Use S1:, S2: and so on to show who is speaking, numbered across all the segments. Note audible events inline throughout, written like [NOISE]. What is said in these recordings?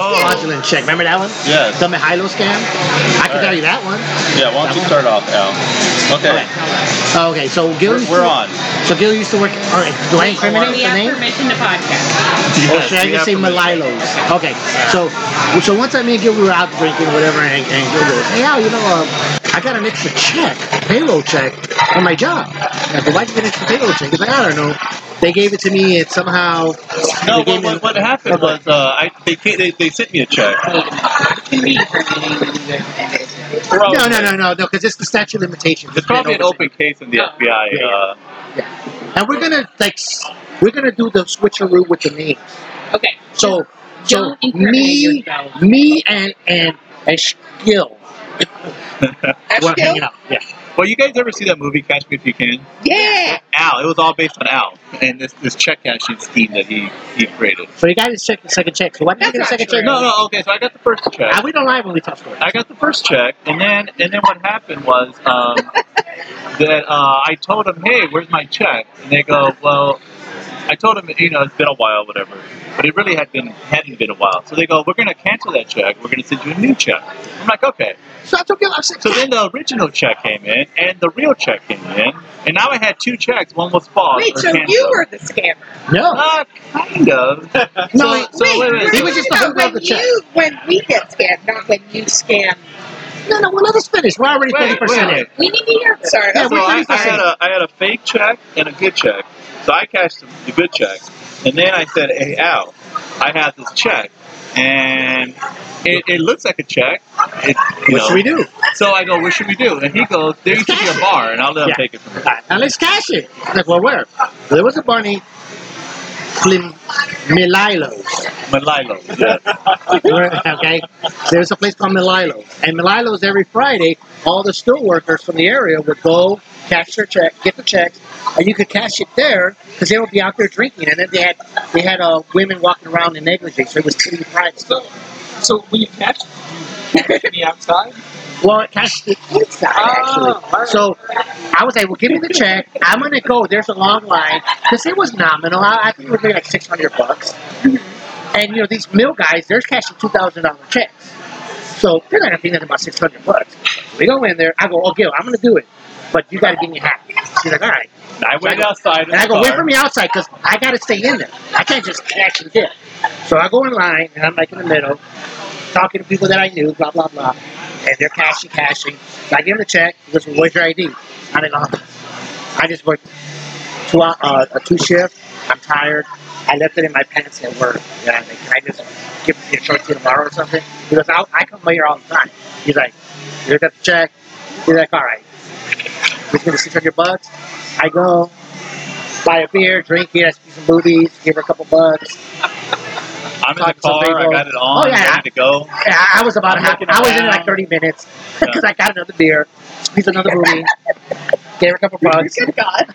S1: Oh.
S2: and check. Remember that one?
S3: Yes.
S2: The Mihailo scam? I can
S3: All right.
S2: tell you that one.
S3: Yeah, why don't you start off, Al? Okay.
S2: Okay. Okay, so
S3: We're,
S2: Gil used
S3: we're
S2: to,
S3: on.
S2: So Gil used to work, all right, do I incriminate
S4: We
S2: the
S4: have
S2: name?
S4: permission to podcast.
S2: Or should I
S1: we
S2: just
S1: have
S2: say
S1: permission.
S2: Malilos? Okay, so so one time me and Gil we were out drinking, whatever, and, and Gil goes, "Hey, Al, you know, uh, I got an extra check, payroll check, for my job." I go, "Why'd you get an extra payroll check?" He's like, "I don't know. They gave it to me, and somehow
S1: No,
S2: they gave
S1: what,
S2: me
S1: what, what happened was uh, I, they, ca- they they sent me a check.
S2: no, no, no, no, no, because it's the statute of limitations."
S1: It's probably an open case in the
S4: Yeah.
S1: FBI. Uh,
S2: and we're gonna like s- we're gonna do the switcheroo with the names.
S4: Okay.
S2: So so
S4: Don't incriminate
S2: me,
S4: yourself.
S2: me, and and and Gil, we're hanging out. Yeah.
S1: well, you guys ever see that movie Catch Me If You Can?
S4: Yeah.
S1: Al. It was all based on Al and this this check cashing scheme that he he created.
S2: So you got his check, second check. So why did you get a
S4: That's
S2: second
S4: not true.
S2: check?
S1: No, no. Okay, so I got the first check.
S2: Ah, we don't lie when we tell stories.
S1: I got the first check, and then and then what happened was um, that uh, I told them, "Hey, where's my check?" And they go, "Well," I told them, "You know, it's been a while, whatever." But it really had been hadn't been a while. So they go, "We're gonna cancel that check. We're gonna send you a new check." I'm like, "Okay."
S2: So I took him. I said,
S1: So then the original check came in, and the real check came in, and now I had two checks. One was false.
S4: Wait,
S1: or
S4: so
S1: canceled.
S4: you were the scammer.
S2: no.
S1: Uh, kind of.
S2: No,
S1: So-
S4: wait,
S1: wait, wait,
S4: wait,
S1: so-
S2: He was just the
S4: no,
S2: holder of
S4: when
S2: the check.
S4: you when we get scammed, not when you scam.
S2: No, no. Well, let us finish. We're already thirty
S1: Wait, wait,
S2: percent in.
S1: wait.
S4: We need to hear. Sorry.
S2: Yeah,
S1: so
S2: we're
S1: I, I
S2: 30%.
S1: had a I had a fake check and a good check. So I cashed the, the good check, and then I said, "Hey Al, I have this check, and it, it looks like a check. It,
S2: What
S1: you know.
S2: should we do?
S1: So I go, "What should we do?" And he goes, "There used to be a bar, and I'll let him
S2: Yeah.
S1: take it from there."
S2: Alright, Now let's cash it. I'm like, well, where? There was a Barney Flim Mililo's.
S1: Malilo.
S2: [LAUGHS]
S1: Yeah.
S2: okay. There's a place called Mililo's, and Mililo's every Friday, all the store workers from the area would go cash their check, get the checks, and you could cash it there because they would be out there drinking, and then they had they had uh, women walking around in negligee, so it was pretty private.
S5: So, so when you catch, you catch me outside.
S2: Well, it cashed it inside actually.
S5: Oh, all right.
S2: So I was like, "Well, give me the check. I'm gonna go." There's a long line because it was nominal. I, I think it was maybe like six hundred bucks. And you know these mill guys, they're cashing two thousand dollar checks, so they're not gonna be nothing about six hundred bucks. We go in there. I go, "Okay, I'm gonna do it, but you gotta give me half." She's like, "All right."
S1: I went outside. of
S2: And I
S1: the
S2: go, wait
S1: bar.
S2: for me outside because I got to stay in there. I can't just cash and dip. So I go in line and I'm like in the middle, talking to people that I knew, blah, blah, blah. And they're cashing, cashing. So I give them the check. He goes, well, where's your ID? I didn't know. I just worked two, hou- uh, a two shift. I'm tired. I left it in my pants at work. And I'm like, can I just give it to you short to you tomorrow or something? He goes, I'll, I come by here all the time. He's like, you got the check. He's like, all right. Give me the 600 bucks. I go buy a beer, drink it, see some movies, give her a couple bucks.
S1: I'm in the
S2: talk to some
S1: car. I
S2: people.
S1: got it on.
S2: Oh, yeah.
S1: Ready to go.
S2: And I I was about
S1: I'm
S2: half,
S1: looking
S2: I was in
S1: around.
S2: like 30 minutes [LAUGHS] because I got another beer, squeezed
S1: [LAUGHS]
S2: another movie, gave her a couple bucks.
S4: Good God.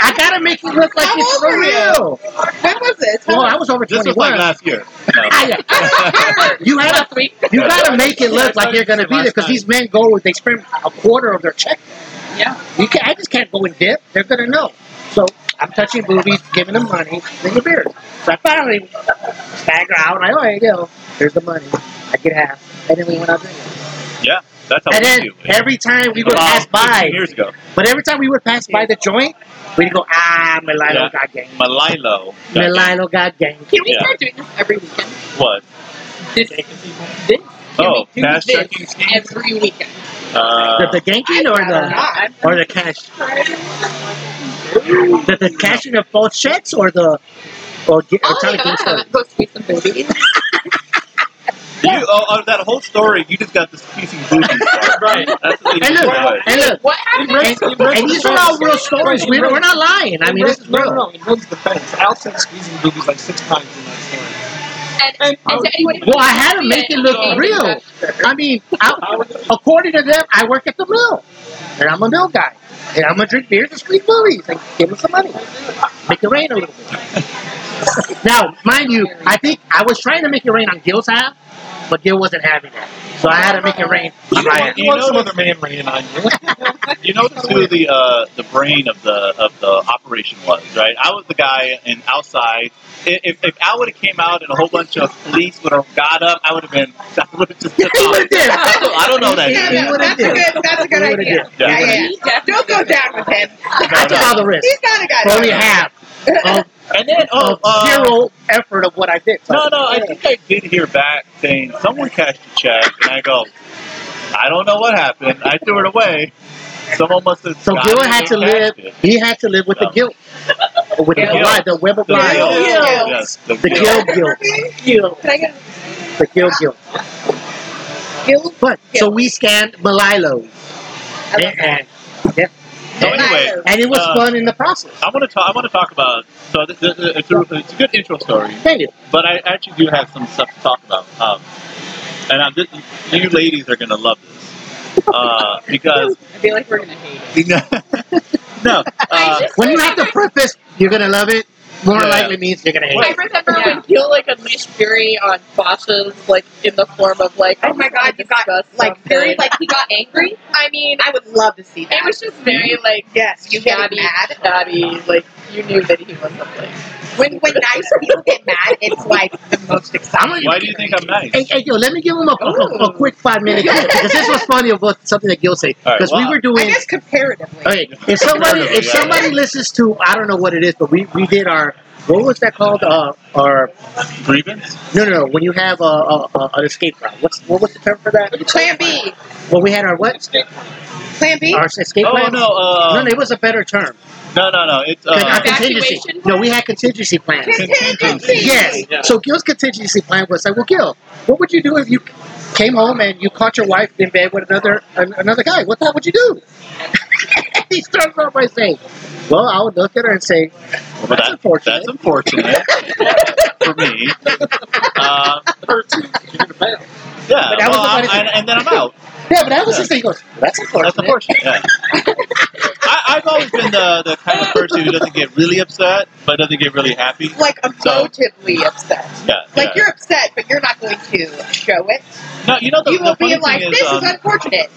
S2: I gotta make it look like
S4: How
S2: it's
S4: old
S2: for
S4: were
S2: real.
S4: When was this?
S2: Well, I was over
S1: This was
S2: 21. [LAUGHS]
S1: like last year. No.
S2: I- you had
S4: Last week.
S2: you gotta make it look like you're gonna be there because these men go they spend a quarter of their check.
S4: Yeah.
S2: You can I just can't go and dip. They're gonna know. So I'm touching boobies, giving them money, drinking beers. So I finally stagger out and I oh hey yo, here's the money. I get half. And then we went out drinking.
S1: Yeah, that's how
S2: And
S1: we
S2: then
S1: do. it.
S2: every time we would
S1: About
S2: pass
S1: 15
S2: by
S1: years ago,
S2: but every time we would pass by the joint, we'd go, ah Melilo
S1: Yeah.
S2: got gang.
S1: Malilo.
S2: Melilo got gang.
S4: Can we
S1: Yeah.
S4: start doing this every weekend?
S1: What?
S4: This, this. Can
S1: Oh,
S4: we do
S1: cash
S4: this
S1: checking scheme?
S4: every weekend?
S2: The,
S1: Uh,
S2: the ganking or the
S4: I'm
S2: or the cash
S4: All
S2: The, the cashing of both checks or the or, ge- or telling
S4: Oh, yeah,
S2: things to-
S4: go see some movies.
S1: You, oh, oh, that whole story, you just got this piecing booty.
S5: Right.
S1: [LAUGHS] That's the
S2: Hey,
S1: thing.
S2: look,
S1: Right.
S2: hey, look.
S4: What happened?
S2: And, and these are all real stories. We're, we're not lying. I mean, this is
S5: no, no,
S2: real.
S5: no. In Rose defense, Al said squeezing boobies like six times in that story.
S4: And, and, and to anyone who
S2: Well, I had to make it look real. I mean, I, according to them, I work at the mill, and I'm a mill guy, and I'm gonna drink beers and squeeze movies and give them some money, make it rain a [LAUGHS] little bit. now, mind you, I think I was trying to make it rain on Gil's half, but Gil wasn't having that. So I had to make it rain. on my end.
S5: You want some other man laying on you.
S1: [LAUGHS] You notice who the uh, the brain of the of the operation was, right? I was the guy in outside. I- If, if I would have came out and a whole bunch of police would have got up, I would have been. [LAUGHS] I would have
S5: [LAUGHS]
S1: just.
S2: Yeah, he would have did.
S1: I don't know that.
S2: Yeah,
S1: dude.
S2: yeah.
S6: no, that's a good. That's a good
S2: He would've
S6: idea.
S1: did. Yeah.
S6: Yeah, yeah. Don't go down with him.
S2: I took all the risk.
S6: He's not a guy.
S2: For only
S6: that-
S2: half of,
S1: And then oh,
S2: of
S1: uh,
S2: zero effort of what I did.
S1: No, no, I think I did hear back saying someone cashed a check, and I go, I don't know what happened. I threw it away. Someone must have.
S2: So
S1: got
S2: Gil
S1: it
S2: had
S1: and
S2: to
S1: cashed
S2: live.
S1: it.
S2: He had to live with the
S1: No.
S2: guilt, with the
S1: Guilt.
S2: lie, the web of
S1: The
S2: lies,
S1: guilt.
S6: Guilt.
S1: Yes, the
S2: the
S1: guilt.
S2: guilt, guilt,
S6: Can I get
S2: the guilt, guilt.
S6: a guild?
S2: But so we scanned Malilo,
S6: I love that.
S2: and, and,
S1: So anyway,
S2: and it was
S1: Uh,
S2: fun in the process.
S1: I want to talk. I want to talk about. So this, this, it's, a, it's a good intro story,
S2: Thank you.
S1: but I actually do have some stuff to talk about. Um, and I'm, this, you ladies are gonna love this
S4: [LAUGHS]
S1: uh, because
S4: I feel like we're gonna hate
S1: [LAUGHS]
S4: it. [LAUGHS]
S1: no. Uh,
S2: When you have to preface, you're gonna love it. More
S1: Yeah.
S2: likely means you're gonna hate
S4: I
S2: it.
S4: remember
S6: Yeah.
S4: when Gil like unleashed fury on bosses, like in the form of like,
S6: Oh my God, you got, like, fury, like,
S4: he got angry. I mean,
S6: I would love to see that.
S4: it was just very like
S6: yes, you get
S4: shabby,
S6: mad.
S4: shabby. Like you knew that he wasn't like.
S6: When when nice people get mad, [LAUGHS] it's like the most exciting.
S1: why do you think I'm nice?
S2: Hey, hey, yo, let me give him a, a, a- a quick five minute clip because this was funny about something that Gil said
S1: Oh. All right,
S2: because we
S1: well,
S2: were
S6: I
S2: doing.
S6: guess comparatively.
S2: Okay, if somebody if
S1: Yeah.
S2: somebody listens to I don't know what it is, but we, we did our what was that called? Uh, our
S1: Grievance.
S2: no no no when you have a, a, a an escape route. What's what was the term for that?
S6: Plan B.
S2: Well, we had our what?
S6: Plan B.
S2: Our escape
S1: Oh
S2: plan.
S1: no, uh,
S2: no, no, it was a better term.
S1: no, no, no. It's
S2: Like
S1: uh,
S2: our contingency.
S4: Evacuation
S2: No, we had contingency plans.
S6: Contingency.
S2: Yes.
S5: Yeah.
S2: So Gil's contingency plan was like, well, Gil, what would you do if you came home and you caught your wife in bed with another an, another guy? What the hell would you do? [LAUGHS] he starts off by saying, well, I would look at her and say,
S1: well,
S2: that's
S1: that-
S2: unfortunate.
S1: That's unfortunate for me. Uh, yeah,
S2: But that was the
S1: well, I'm-
S2: funny thing.
S1: and, and then I'm out.
S2: Yeah, but that was his thing. He goes, that's
S1: That's
S2: unfortunate.
S1: unfortunate. Yeah. I, I've always been the, the kind of person who doesn't get really upset, but doesn't get really happy.
S6: Like emotively upset.
S1: Yeah,
S6: Like
S1: uh, yeah.
S6: you're upset, but you're not going to show it.
S1: no, you know the,
S6: You
S1: the
S6: will be
S1: funny
S6: like,
S1: thing
S6: "This is
S1: um,
S6: unfortunate,"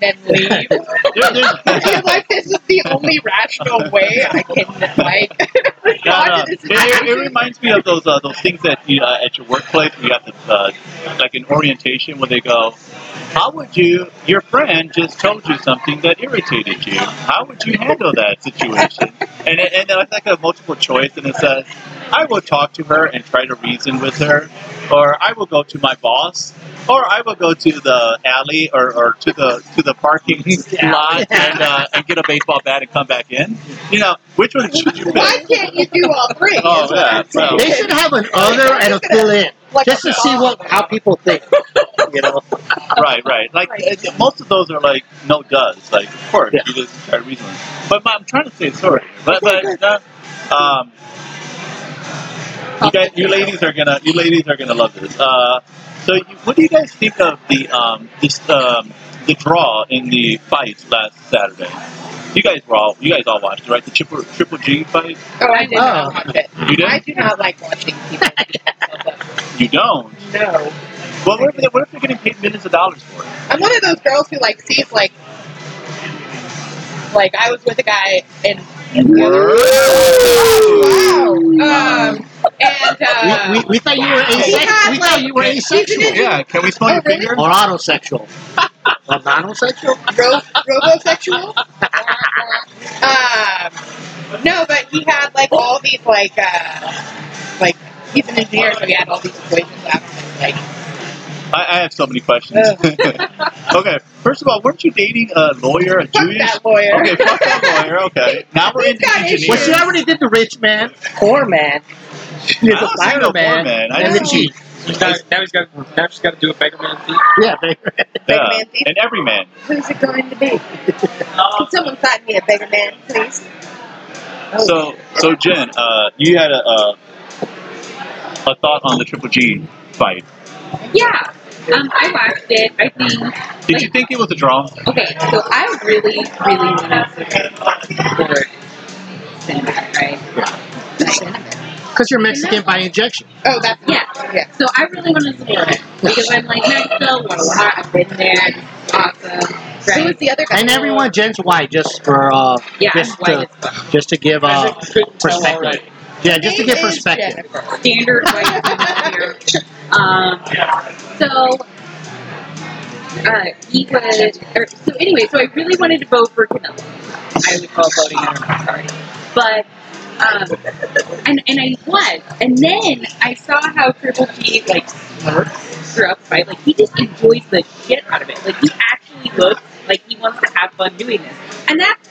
S1: [LAUGHS]
S6: then leave.
S1: there- there's-
S6: You're like, "This is the only rational way I can like." [LAUGHS]
S1: Yeah, no.
S6: God,
S1: it,
S6: this is-
S1: it- it reminds me of those uh, those things that you uh, at your workplace where you have to uh, like an orientation where they go, how would you your friend just told you something that irritated you? How would you handle that situation? And it, and it's like a multiple choice, and it says, I will talk to her and try to reason with her, or I will go to my boss, or I will go to the alley or, or to the to the
S6: [LAUGHS]
S1: parking lot and uh, and get a baseball bat and come back in. You know, which one should you pick?
S6: Why can't you do all three?
S1: Oh, yeah, so-
S2: They should have an other and a fill in
S6: Like
S2: just to see what how people think. You know,
S1: right, right. Like uh, most of those are like no does. Like of course
S2: Yeah.
S1: you just try to reason. them. But my, I'm trying to say sorry. But but uh, um, you guys, you ladies are gonna you ladies are gonna love this. Uh, so you, what do you guys think of the um this um the draw in the fight last Saturday? You guys were all you guys all watched it, right? The triple triple G fight.
S6: Oh, I did
S2: Oh.
S6: not watch it.
S1: You
S6: I
S1: did.
S6: do not like watching
S2: [LAUGHS]
S6: people.
S1: You don't.
S6: no,
S1: Well, what if, they- what if they're getting paid millions of dollars for it?
S6: I'm one of those girls who like sees like, like I was with a guy and wow, um, and uh,
S2: we, we, we thought you were
S6: He
S2: asexual.
S6: had,
S2: We thought you were
S6: like,
S2: asexual
S1: Yeah. Can we smell
S6: Oh,
S1: your
S6: really?
S1: finger?
S2: or autosexual or monosexual.
S6: Ro- robosexual. um, no, but he had like all these like uh, like he's an engineer, so he had all these equations out. Like
S1: I, I have so many questions. [LAUGHS] okay, first of all, weren't you dating a lawyer, a
S6: fuck
S1: Jewish?
S6: that lawyer.
S1: Okay, fuck that lawyer.
S6: [LAUGHS]
S1: Okay, now we're
S6: He's
S1: into
S6: got
S1: engineers.
S6: issues.
S2: Well, she already did the rich man, poor man, she did
S1: I
S2: the
S1: don't see no poor
S2: fireman,
S1: man. Oh, I
S2: and the
S1: see-
S2: chief.
S5: He's got- now he's got. Now she's got to do a beggar man thing.
S2: Yeah, they-
S1: Yeah,
S6: Big man thief.
S1: and every man.
S6: Who's it going to be? Can someone find me a bigger man, please? Oh,
S1: So, so Jen, uh, you had a, a a thought on the Triple G fight.
S4: Yeah. Um, I watched it. I think
S1: Did you think it was a draw?
S4: Okay, so I really, really wanted to support Cinnamon, right?
S2: because you're Mexican by injection.
S6: oh, that's
S4: Yeah.
S6: yeah.
S4: So I really wanted to support it. Because I'm like, Mexico, wow, I've been there. It's awesome.
S6: Who was
S4: Right.
S6: the other guy?
S2: And
S6: [LAUGHS]
S2: everyone, Jen's white, just for uh,
S4: Yeah, I'm
S2: just
S4: white
S2: to,
S4: as fuck.
S2: just to give uh,
S5: already.
S2: perspective. Yeah, just to
S6: Name
S2: give
S6: is
S2: perspective.
S6: Jennifer.
S4: Standard white
S2: [LAUGHS]
S4: woman here. Um, so, uh, he was, or, so anyway, so I really wanted to vote for Canelo.
S6: I would call voting out of my party.
S4: but um, and and I was, and then I saw how Triple G like smirks throughout the fight. Like he just enjoys the shit out of it. Like he actually looks like he wants to have fun doing this, and that's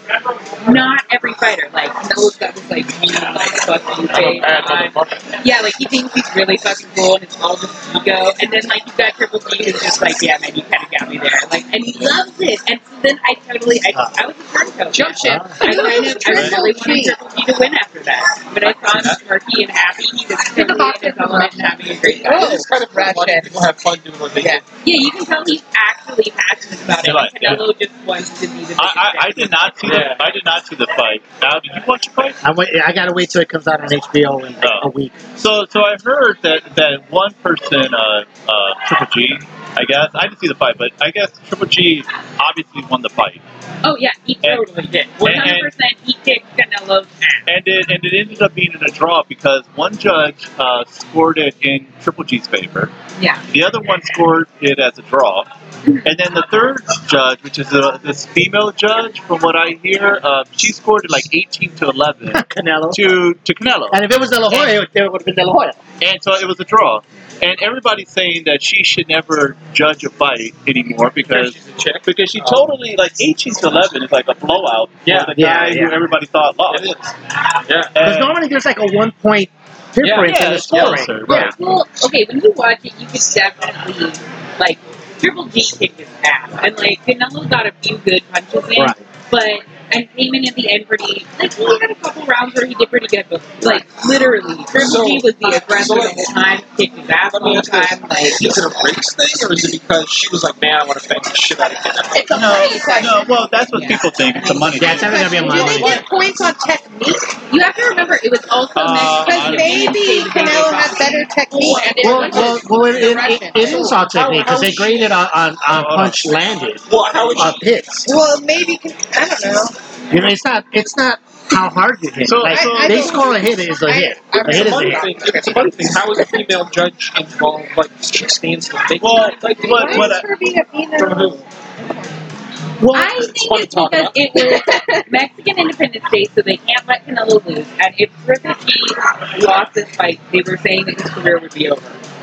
S4: not every fighter. Like
S6: Canelo's got this like mean, like fucking face.
S4: yeah, like he thinks he's really fucking cool and it's all just ego. And then like you got Triple G who's just like, yeah, man, you kind of got me there. Like, and he loves it. And so then I totally, I, I was a turncoat.
S6: Jump ship.
S4: I
S1: [LAUGHS]
S4: kind of, I really wanted
S6: Triple
S4: Triple G to win after that, but I saw him smirky and happy. He was
S6: In the
S4: totally
S6: box
S4: in his element and having a great time.
S6: Oh,
S5: It's kind of
S6: ratchet.
S5: funny. People have fun doing what they
S6: Yeah.
S5: do.
S4: Oh, Yeah, you can tell he's actually passionate about it.
S1: Yeah,
S4: Like,
S1: like, yeah.
S4: Canelo just wants to be the.
S1: I, I, I did not see
S5: Yeah.
S1: the I did not see the fight. Now, did you watch the fight?
S2: I'm wait, I gotta wait till it comes out on HBO in like
S1: Oh.
S2: a week.
S1: So so I heard that that one person, uh, uh, Triple G, I guess I didn't see the fight, but I guess Triple G obviously won the fight.
S4: Oh yeah, he
S1: And-
S4: totally did. One hundred percent, he kicked Canelo's ass.
S1: And it, and it ended up being in a draw because one judge uh, scored it in Triple G's favor.
S4: Yeah.
S1: The other one scored it as a draw. And then the third judge, which is uh this female judge, from what I hear, uh, she scored it like 18 to 11
S2: Canelo.
S1: to, to Canelo.
S2: And if it was De La Hoya, it, would have been De La Hoya.
S1: And so it was a draw. And everybody's saying that she should never judge a fight anymore because
S5: She's a chick.
S1: because she totally, like, 18 to 11 is like a blowout
S5: Yeah,
S1: for the
S2: yeah,
S1: guy
S2: yeah.
S1: who everybody thought lost.
S5: It is. Yeah.
S2: Because
S1: And-
S2: normally there's like a one point difference
S1: Uh, yeah,
S2: in the
S1: it's
S2: scoring.
S1: closer,
S2: Yeah.
S1: right.
S4: Well, okay, when you watch it, you can definitely like Triple G kicked his ass, and like Canelo got a few good punches in,
S2: Right.
S4: but and came in at the end pretty like he had a couple rounds where he did pretty good, but like literally Triple
S5: So-
S4: G was the aggressor
S5: so,
S4: the
S5: like-
S4: whole time, kicked his ass
S5: Let
S4: all
S5: me
S4: the
S5: ask this.
S4: time. Like
S5: Is it a race thing, or is it because she was like, man, I want to bang the shit out of him?
S6: It's a
S1: No,
S6: money question.
S1: no, well, that's what
S6: Yeah.
S1: people think. It's a money
S2: Yeah,
S1: thing.
S2: it's definitely gonna be a
S6: Do they
S2: money.
S6: get points on technique?
S4: you have to remember, it was also
S1: Uh,
S4: Mexico.
S6: Because
S1: I-
S6: maybe Canelo had better technique. and it
S2: Well,
S6: was-
S2: well, well it,
S6: the
S2: it, it, it
S6: Russian.
S2: is all technique because they graded on, on, on
S1: Hold on.
S2: punch landed,
S5: Well, how would
S2: uh,
S5: she?
S2: hits.
S6: Well, maybe I don't know.
S2: You know, it's not it's not how hard you hit.
S1: So-
S2: like
S1: so-
S2: they score a hit is a hit.
S6: I- I
S2: A hit
S5: It's
S2: is
S5: a
S2: a
S5: money
S2: hit.
S5: thing. If it's a money thing, how is a female judge involved? Like, she stands to think.
S1: Well,
S5: like,
S1: what-
S6: Why
S1: what
S6: is
S1: I-
S6: her being a female?
S5: from who?
S2: Well,
S4: I think
S5: fun to
S4: it's
S5: talk
S4: because
S5: about.
S4: it was Mexican Independence Day, so they can't let Canelo lose. And if Triple G lost this fight, they were saying that his career would be over.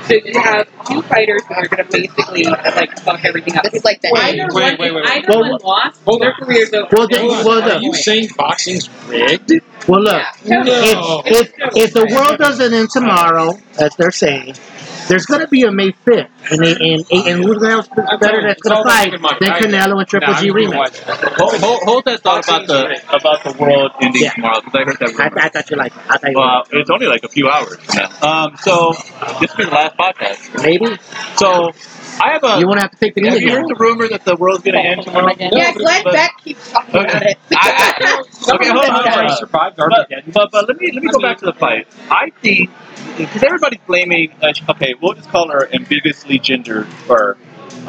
S4: So you have two fighters that are going to basically like fuck everything up.
S6: It's like the
S5: Wait,
S4: either
S5: wait,
S4: one,
S5: wait, wait.
S4: if either
S2: Well,
S4: one lost,
S5: hold
S4: their
S5: on.
S4: career's over.
S2: Well, they-
S5: Hold on,
S2: well, the-
S5: Are you saying boxing's rigged?
S2: well, look.
S4: Yeah, totally.
S5: No.
S2: If, if, if the world doesn't end tomorrow, as they're saying, there's going to be a May 5th, and they, and, and who's else better that's
S5: It's all
S2: going to fight
S5: about making money.
S2: than
S5: I-
S2: Canelo and Triple
S5: Nah,
S2: G
S5: I'm gonna
S2: rematch?
S5: watch it.
S1: Hold, hold, hold that thought about the about the world ending
S2: Yeah.
S1: tomorrow because I heard that
S2: I,
S1: rumor.
S2: I thought you liked it. I thought you liked
S1: Well, it's only like a few hours. Um, so this will be the last podcast.
S2: it. Maybe
S1: So I have a.
S2: you won't have to take the knee
S1: have you
S2: again.
S1: heard the rumor that the world's gonna end tomorrow?
S6: Yeah, Glenn
S1: But-
S6: Beck keeps talking about it.
S1: [LAUGHS] I, I, okay, hold on, hold on.
S5: Somebody survived
S1: But,
S5: Armageddon.
S1: but, but let me let me go back to the fight. I think because everybody's blaming. Uh, okay, we'll just call her ambiguously gendered or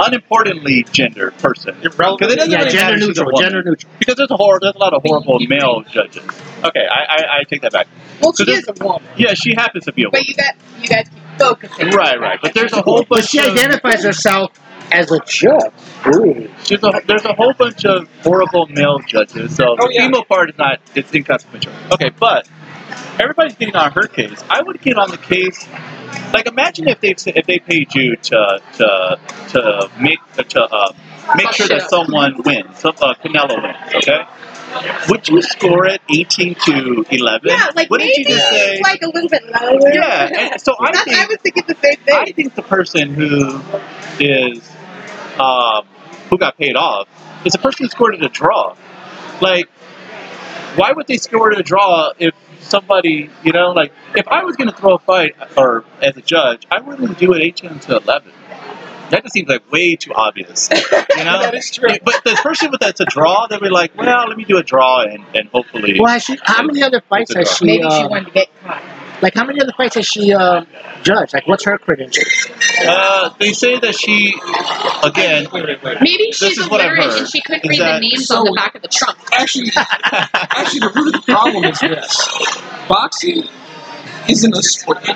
S1: unimportantly gender person.
S5: Irrelevant.
S1: Because it doesn't
S2: Yeah,
S1: really
S2: gender
S1: matter. She's a
S2: neutral.
S1: woman.
S2: Gender neutral.
S1: Because there's a horror, there's a lot of horrible male judges. Okay, I, I, I take that back.
S6: [LAUGHS] well,
S1: So
S6: she
S1: this-
S6: is a woman,
S1: Yeah, she happens to be a woman.
S6: but you got you guys keep focusing.
S1: Right, right. But there's a whole
S2: But
S1: bunch.
S2: she
S1: of,
S2: identifies herself as a judge. Ooh.
S1: there's a there's a whole bunch of horrible male judges. So
S5: Oh,
S1: the
S5: yeah.
S1: female part is not it's inconsequential. Okay, but everybody's getting on her case. I would get on the case. Like imagine if they if they paid you to to to make to uh, make sure that someone wins, so, uh, Canelo wins. Okay, would you score it eighteen to eleven?
S6: Yeah, like
S1: Wouldn't
S6: maybe
S1: you just say?
S6: it's like a little bit lower.
S1: Yeah,
S6: [LAUGHS]
S1: and so I
S6: That's-
S1: think
S6: I was thinking the same thing.
S1: I think the person who is um, who got paid off is the person who scored at a draw. Like, why would they score at a draw if somebody, you know, like if I was going to throw a fight or as a judge, I wouldn't do it 18 to 11. That just seems like way too
S5: [LAUGHS]
S1: obvious, you know.
S5: that is true.
S1: but the person with that's a draw, they'll be like, well, let me do a draw and, and hopefully.
S2: Well, has she, how many other fights has she?
S6: Maybe she
S2: Uh,
S6: wanted to get caught.
S2: Like, how many other fights has she uh, judged? Like, what's her credentials?
S1: Uh, they say that she, again,
S5: Wait, wait, wait.
S7: Maybe
S1: This
S7: she's
S1: is
S7: a
S1: what I've
S7: literate
S1: heard,
S7: and she couldn't read
S1: is
S7: the
S1: that-
S7: names
S5: so-
S7: on the back of the trunk.
S5: Actually,
S1: [LAUGHS]
S5: actually, the root of the problem is this: boxing isn't a sport.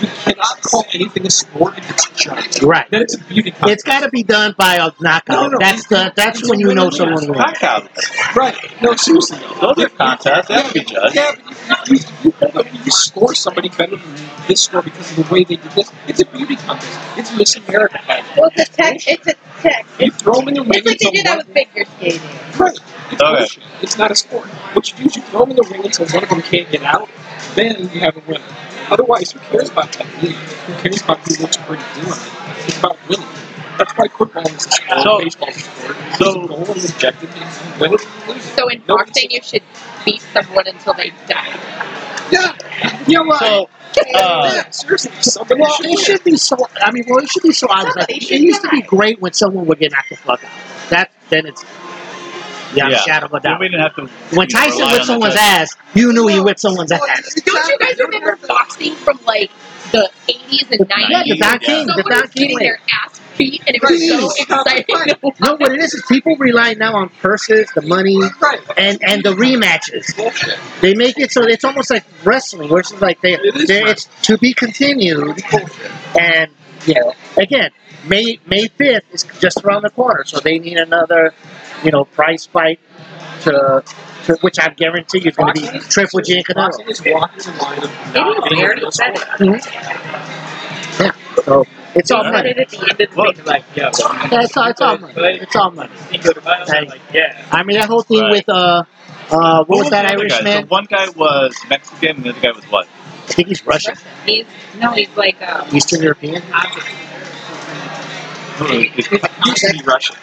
S5: You cannot call anything a sport if it's judged.
S2: Right.
S5: Then it's a beauty contest.
S2: It's got to be done by a knockout.
S5: No, no,
S2: that's the that's when you know someone wins.
S3: Knockouts.
S5: Right. No, seriously. though.
S3: Those are contests. They have to be judged.
S5: Yeah, but you, you, you, hold on, you score somebody better than this score because of the way they did this. It's a beauty contest. It's Miss America.
S6: Well, it's a tech. It's a tech.
S5: You throw them in the ring.
S6: It's like they
S5: until
S6: do that with figure skating.
S5: one- Right. It's,
S3: Okay.
S5: bullshit. it's not a sport. What you do is you throw them in the ring until one of them can't get out. Then you have a winner. Otherwise, who cares about technique? Who cares about who looks pretty doing it? It's about winning. That's why football is a sport.
S1: So-
S5: baseball is a sport.
S1: so-
S5: There's a goal and objective. and You win it. you lose it.
S7: So in
S5: No,
S7: boxing, you should beat someone until they die.
S5: Yeah. You know what?
S3: So, uh,
S5: seriously, somebody
S2: Well,
S5: should win.
S2: it should be so. I mean, well, it should be so obvious. Like,
S6: Somebody
S2: it
S6: should
S2: used to be
S6: die.
S2: great when someone would get knocked the fuck out. That then it's yeah,
S1: Yeah.
S2: shadow of a
S1: then
S2: doubt.
S1: we didn't have to.
S2: When
S1: you know,
S2: Tyson
S1: rely on
S2: whipped
S1: the
S2: someone's
S1: judge.
S2: ass, you knew he whipped someone's ass.
S7: Don't you guys remember boxing from like the 80s and 90s?
S2: Yeah, the Don
S3: Yeah.
S2: King, the
S7: Someone
S2: Don
S7: was
S2: King.
S7: getting
S2: way.
S7: their ass beat, and it was so
S5: Please, stop
S7: exciting.
S2: No, what it is is people rely now on purses, the money,
S5: Right.
S2: and and the rematches.
S5: Bullshit.
S2: They make it so it's almost like wrestling, where it's just like they,
S5: It is
S2: they it's to be continued. And you know, again, May May fifth is just around the corner, so they need another, you know, price spike to, to which I guarantee you is going to be Triple G and Canelo.
S5: Boxing is walking the line of not being a real sport.
S2: Mm-hmm. So it's all
S3: Yeah.
S2: money.
S3: Look,
S2: Yeah, it's all, it's all money. It's all money. I mean that whole thing
S3: Right.
S2: with uh uh what,
S1: Who
S2: was that
S1: the other guy? So
S2: Irishman?
S1: one guy was Mexican, and the other guy was what?
S2: I think he's Russian,
S4: He's, no, he's like um,
S2: Eastern European.
S1: [LAUGHS] Who is-
S5: Used to be Russian,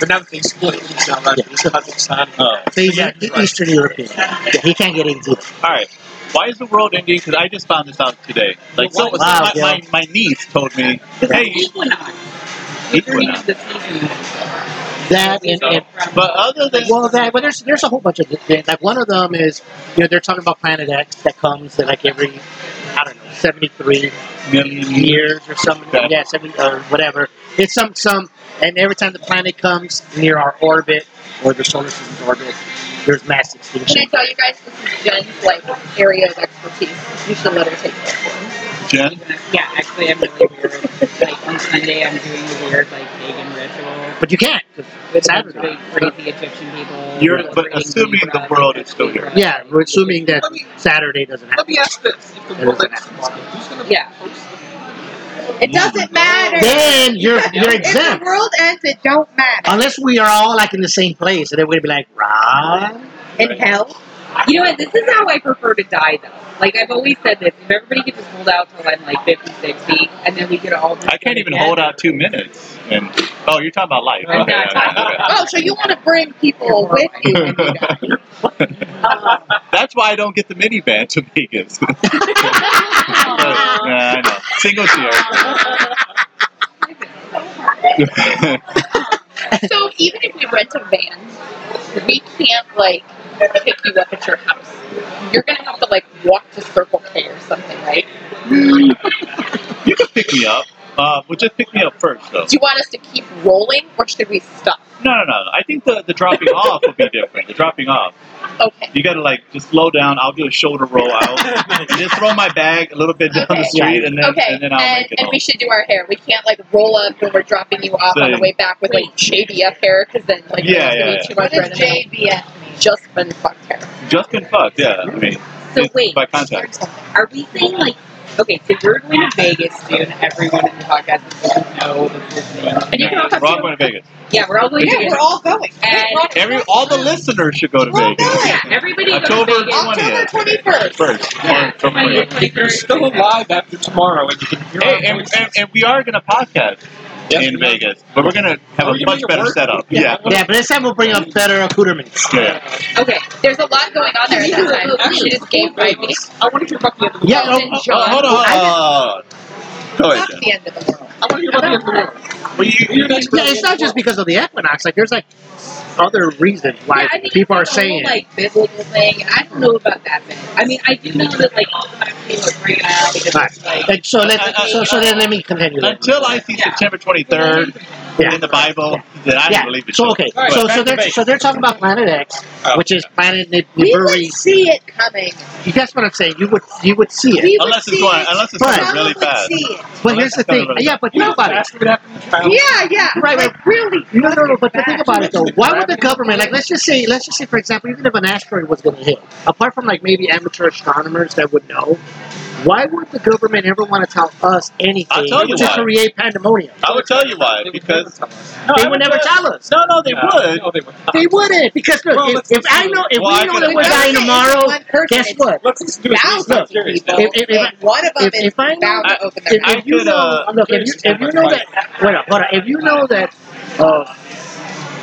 S5: but now that they split, it's not Russian. It's Kazakhstan.
S3: oh,
S2: So he's uh, Eastern European. Yeah, he can't get into it.
S1: all right. Why is the world ending? Because I just found this out today. Like, so
S2: Wow,
S1: my,
S2: yeah.
S1: my, my niece told me, hey,
S4: Equinox.
S1: Equinox.
S2: That and, and
S1: But other than
S2: Well, that, but there's there's a whole bunch of different- like one of them is you know they're talking about Planet X that comes in like every I don't know seventy three
S1: million
S2: years or something
S1: Okay.
S2: yeah seventy or whatever it's some some and every time the planet comes near our orbit or the solar system's orbit there's mass
S7: Can I
S2: extinction.
S7: tell you guys this is Jen's like area of expertise? You should let her take this.
S1: Jen,
S4: Yeah, actually, I'm really weird. Like on Sunday, I'm doing a weird like pagan ritual.
S2: But you can't. 'cause
S4: With like,
S2: Saturday.
S4: really crazy Egyptian people.
S1: You're-
S4: like,
S1: but
S4: reading
S1: assuming the
S4: Libra,
S1: world
S4: like,
S1: is still here.
S4: Libra.
S2: yeah, we're assuming that
S5: Let me
S2: Saturday doesn't
S5: let
S2: happen.
S5: me ask this: If the world ends tomorrow, who's going to
S4: Yeah.
S6: It doesn't matter.
S2: Then you're you're
S6: If the
S2: exempt
S6: world ends, it don't matter.
S2: unless we are all like in the same place and then we're gonna be like, Ron,
S6: In hell,
S4: You know what? This is how I prefer to die, though. Like I've always said this: if everybody could just hold out till I'm like 50, 60, and then we could all.
S1: I can't even hold out two minutes. And oh, you're talking about life.
S4: I'm
S1: Okay,
S4: not talking
S1: okay,
S6: Oh, so you want to bring people with you when you die?
S1: [LAUGHS] okay. That's why I don't get the minivan to [LAUGHS] Vegas. Yeah, [LAUGHS] I know. Single share.
S7: So even if we rent a van, we can't like pick you up at your house. You're gonna have to like walk to Circle K or something, right?
S1: you can pick me up. Uh, well, just pick me up first, though.
S7: Do you want us to keep rolling or should we stop?
S1: No, no, no. I think the, the dropping off will be different. The dropping off.
S7: Okay.
S1: You gotta like just slow down. I'll do a shoulder roll out. [LAUGHS] and just throw my bag a little bit down
S7: Okay.
S1: the street, and then
S7: okay.
S1: and then I'll
S7: and,
S1: make it
S7: and
S1: home.
S7: we should do our hair. We can't like roll up when we're dropping you off on the
S1: Same.
S7: way back with like JBF hair because then like
S1: Yeah,
S7: it's gonna
S1: yeah,
S7: be too
S6: What
S7: much
S6: does
S7: random hair.
S6: JBS
S7: just been fucked hair.
S1: Justin fucked. Yeah, I mean,
S4: So
S1: just
S4: wait,
S1: by contact.
S4: Are we saying like, okay, so we're going to Vegas soon. Everyone in the podcast is going to know that this is And you can all come
S1: We're all
S4: to,
S1: going to Vegas.
S4: Yeah, we're all going to
S6: Yeah, we're
S4: Vegas.
S6: all going.
S4: And-
S1: Every all the listeners should go to
S6: Well,
S1: Vegas.
S4: Yeah, everybody go to
S1: October
S4: Vegas.
S6: October
S1: 20th.
S6: 21st.
S1: First,
S4: Yeah,
S1: Or something like that.
S5: If you're still alive after tomorrow, and you can hear
S1: Hey,
S5: our
S1: and,
S5: voices,
S1: and, and we are gonna podcast
S5: Yes,
S1: in
S5: we are.
S1: Vegas, but we're gonna have
S5: We're
S1: a
S5: gonna
S1: much
S5: make it
S1: better
S5: work.
S1: setup. Yeah.
S2: Yeah, but this time we'll bring up better accoutrements.
S1: Yeah.
S7: Okay. There's a lot going on there at that time.
S5: Actually,
S7: she just gave
S5: before
S7: five minutes.
S5: Vegas, I want to hear about the end of the
S2: Yeah, oh,
S5: world.
S7: Elton
S2: oh,
S7: John.
S1: hold on. Hold on. Go ahead,
S6: Fuck
S1: Jen.
S6: the end of the world.
S5: I want to hear about the end of the world.
S1: Well, you,
S5: You're next to
S2: Yeah,
S5: the
S2: it's not just because of the equinox. Like there's like other reason why
S4: yeah, I think
S2: people are
S4: it's a whole,
S2: saying
S4: like biblical thing. and I don't know about that bit. I mean, I do know that like all the time people are bringing out because
S2: Right.
S4: it's like
S2: And so let
S1: Uh, uh,
S2: so, so then let me continue.
S1: Until I see
S4: Yeah.
S1: September 23rd
S2: Yeah.
S1: in the Bible, then I
S2: yeah.
S1: don't believe it.
S2: So okay.
S5: All right,
S2: so
S5: back
S2: so
S5: to
S2: they're
S5: base.
S2: so they're talking about Planet X,
S5: Oh.
S2: which is Planet Nib-
S6: We would
S2: Nibiru.
S6: see it coming.
S2: That's what I'm saying. You would you would see it.
S6: We would
S1: Unless
S6: see
S1: it's going,
S6: it.
S1: unless it's
S2: Right.
S1: going really
S6: Probably
S1: fast.
S6: see it.
S2: But here's the thing. Yeah, but think about it.
S5: That's what happened to Kyle.
S6: Yeah, yeah.
S2: Right,
S6: like, really.
S2: No, no, no. But to think about it though, why would the
S5: Gravity.
S2: government like let's just say let's just say for example, even if an asteroid was going to hit, apart from like maybe amateur astronomers that would know, why would the government ever want to tell us anything
S1: tell you
S2: to
S1: why.
S2: create pandemonium?
S1: I would tell you why,
S5: They would
S1: because
S5: never tell us.
S1: no,
S2: they
S1: I
S2: would never tell us.
S1: No, no, they would.
S5: No, they would.
S2: They wouldn't because look,
S5: Well,
S2: if,
S5: let's
S2: if
S5: just
S2: I
S5: do
S2: know if
S1: Well, I
S2: we know
S1: could-
S2: that we're dying tomorrow, guess what?
S5: Let's just do it.
S6: Thousands
S5: Look,
S6: of people.
S2: if- if- if I-
S6: and one of them
S2: if-
S6: is
S2: if I know-
S6: bound to open their
S2: If,
S6: mouth.
S2: if you
S1: could,
S2: know,
S1: uh,
S2: look, if you, if you know that, wait up, hold on, if you know that, uh,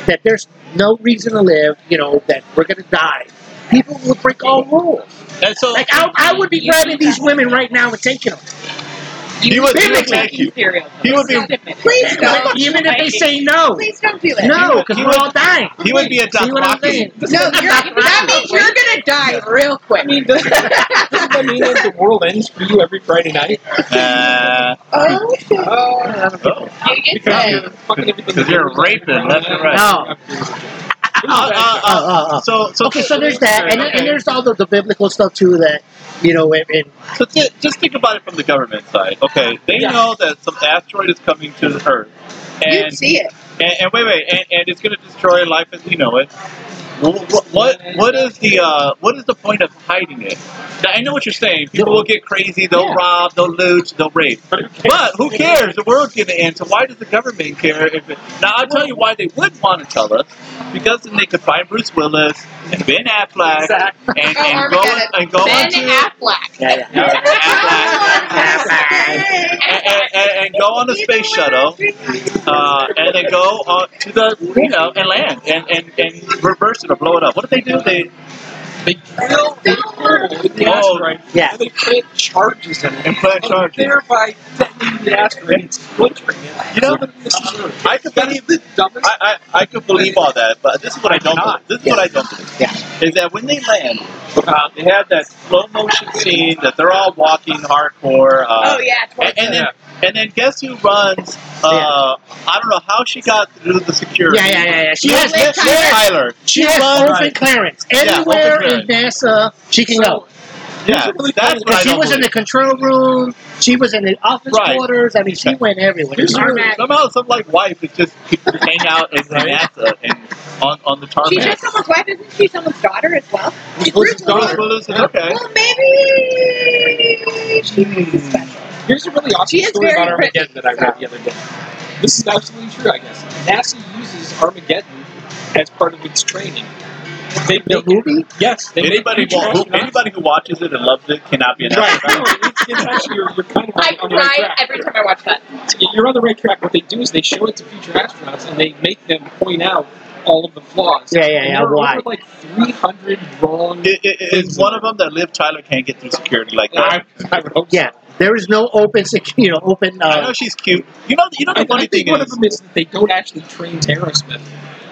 S2: that there's no reason to live, you know, that we're gonna die, people will break all rules.
S1: And so
S2: Like I, I would be grabbing these women right now and taking them.
S1: he would, he would
S2: Biblically,
S1: take you.
S4: serial killers.
S1: He would be-
S4: Just admit it.
S6: Please don't.
S2: Even if they say no,
S6: Please don't do it.
S2: no, because we're all dying.
S1: He would be a Doc
S2: See what I'm
S1: Rocky.
S2: saying?
S6: No, you're, that means you're gonna die real quick.
S5: I mean, does does that mean that the world ends for you every Friday night?
S1: Uh,
S6: oh,
S2: [LAUGHS]
S1: oh.
S7: You get
S5: Because
S7: to-
S5: you're fucking everything.
S1: 'Cause you're raping left and right.
S2: No.
S1: Uh, uh,
S2: Uh, uh, uh.
S1: So, so,
S2: okay, so there's that, and, and there's all the, the biblical stuff too that, you know, and, and
S1: so thi- just think about it from the government side. Okay, they
S5: Yeah.
S1: know that some asteroid is coming to the Earth,
S6: you
S1: and
S6: see it.
S1: and, and wait, wait, and, and it's going to destroy life as we know it. What, what what is the uh, what is the point of hiding it? Now, I know what you're saying. People will get crazy. They'll
S2: Yeah.
S1: rob. They'll loot. They'll rape. But who cares? The world's going to end. So why does the government care? If it, now I'll tell you why they would want to tell us because then they could find Bruce Willis and Ben Affleck
S5: Exactly.
S1: and,
S6: Oh,
S1: and go
S6: Armageddon.
S1: and go
S7: Ben
S1: onto
S7: Affleck.
S2: yeah, yeah.
S1: Yeah, Affleck.
S6: Affleck.
S1: and, and, and, and go on the space shuttle uh, and then go on to the you know and land and, and, and reverse it or blow it up. What did they do? They
S5: They drill the hole in the
S1: Oh,
S5: asteroid,
S2: yeah.
S5: and they plant charges in it.
S1: implant
S5: And
S1: charges.
S5: thereby detonating the asteroid and splintering it.
S1: You know,
S5: this is Earth.
S1: I could
S5: That is
S1: believe
S5: the dumbest
S1: I, I, I could believe all that, but this is what I don't believe. This is what I don't believe.
S2: Yeah.
S1: Is that when they land, uh, they have that slow motion scene that they're all walking hardcore. Uh,
S6: Oh yeah,
S1: and, and then and then guess who runs? Uh, I don't know how she got through the security.
S2: Yeah, yeah, yeah, yeah. She has
S1: Liv, Liv Tyler.
S2: she has
S1: runs-
S2: open clearance
S1: Yeah, open
S2: everywhere in NASA. She can go.
S1: Yeah, that's what I
S2: Because she
S1: don't
S2: was in the
S1: believe.
S2: control room. She was in the office
S1: Right.
S2: quarters. I mean, she
S1: Yeah.
S2: went everywhere.
S5: Here's
S2: Tarmac.
S1: Somehow, some like wife is just could hang out in NASA and on on the tarmac.
S6: She's just someone's wife, isn't she? Someone's daughter as well.
S5: Who's
S6: Bruce
S5: his
S6: Willis.
S5: daughter?
S1: Well, listen, okay.
S6: Well, maybe she thinks it's special.
S5: Here's a really awesome
S6: She is
S5: story about
S6: very pretty.
S5: Armageddon that I read the other day. This is absolutely true, I guess. NASA uses Armageddon as part of its training. They
S2: The
S5: make
S2: movie?
S5: yes, they
S1: Anybody
S5: make
S1: who,
S5: future
S1: who,
S5: astronauts.
S1: anybody who watches it and loves it cannot be an
S5: Right,
S1: astronaut.
S5: no, it's, it's actually you're, you're kind of on,
S7: I
S5: on the right
S7: cry
S5: track.
S7: every time I watch that.
S5: You're on the right track. What they do is they show it to future astronauts and they make them point out all of the flaws.
S2: Yeah, yeah,
S5: And
S2: yeah,
S5: There are
S2: why?
S5: over like 300 wrong.
S1: It, it, it's one of them that Liv Tyler can't get through security like
S5: I,
S1: that.
S5: I would hope.
S2: Yeah. There is no open, sec- [LAUGHS] you know, open.
S1: I know
S2: Uh,
S1: she's cute. You know, you know
S5: So. I,
S1: the
S5: I
S1: funny
S5: think
S1: thing
S5: one
S1: is,
S5: of them is that they don't actually train Aerosmith.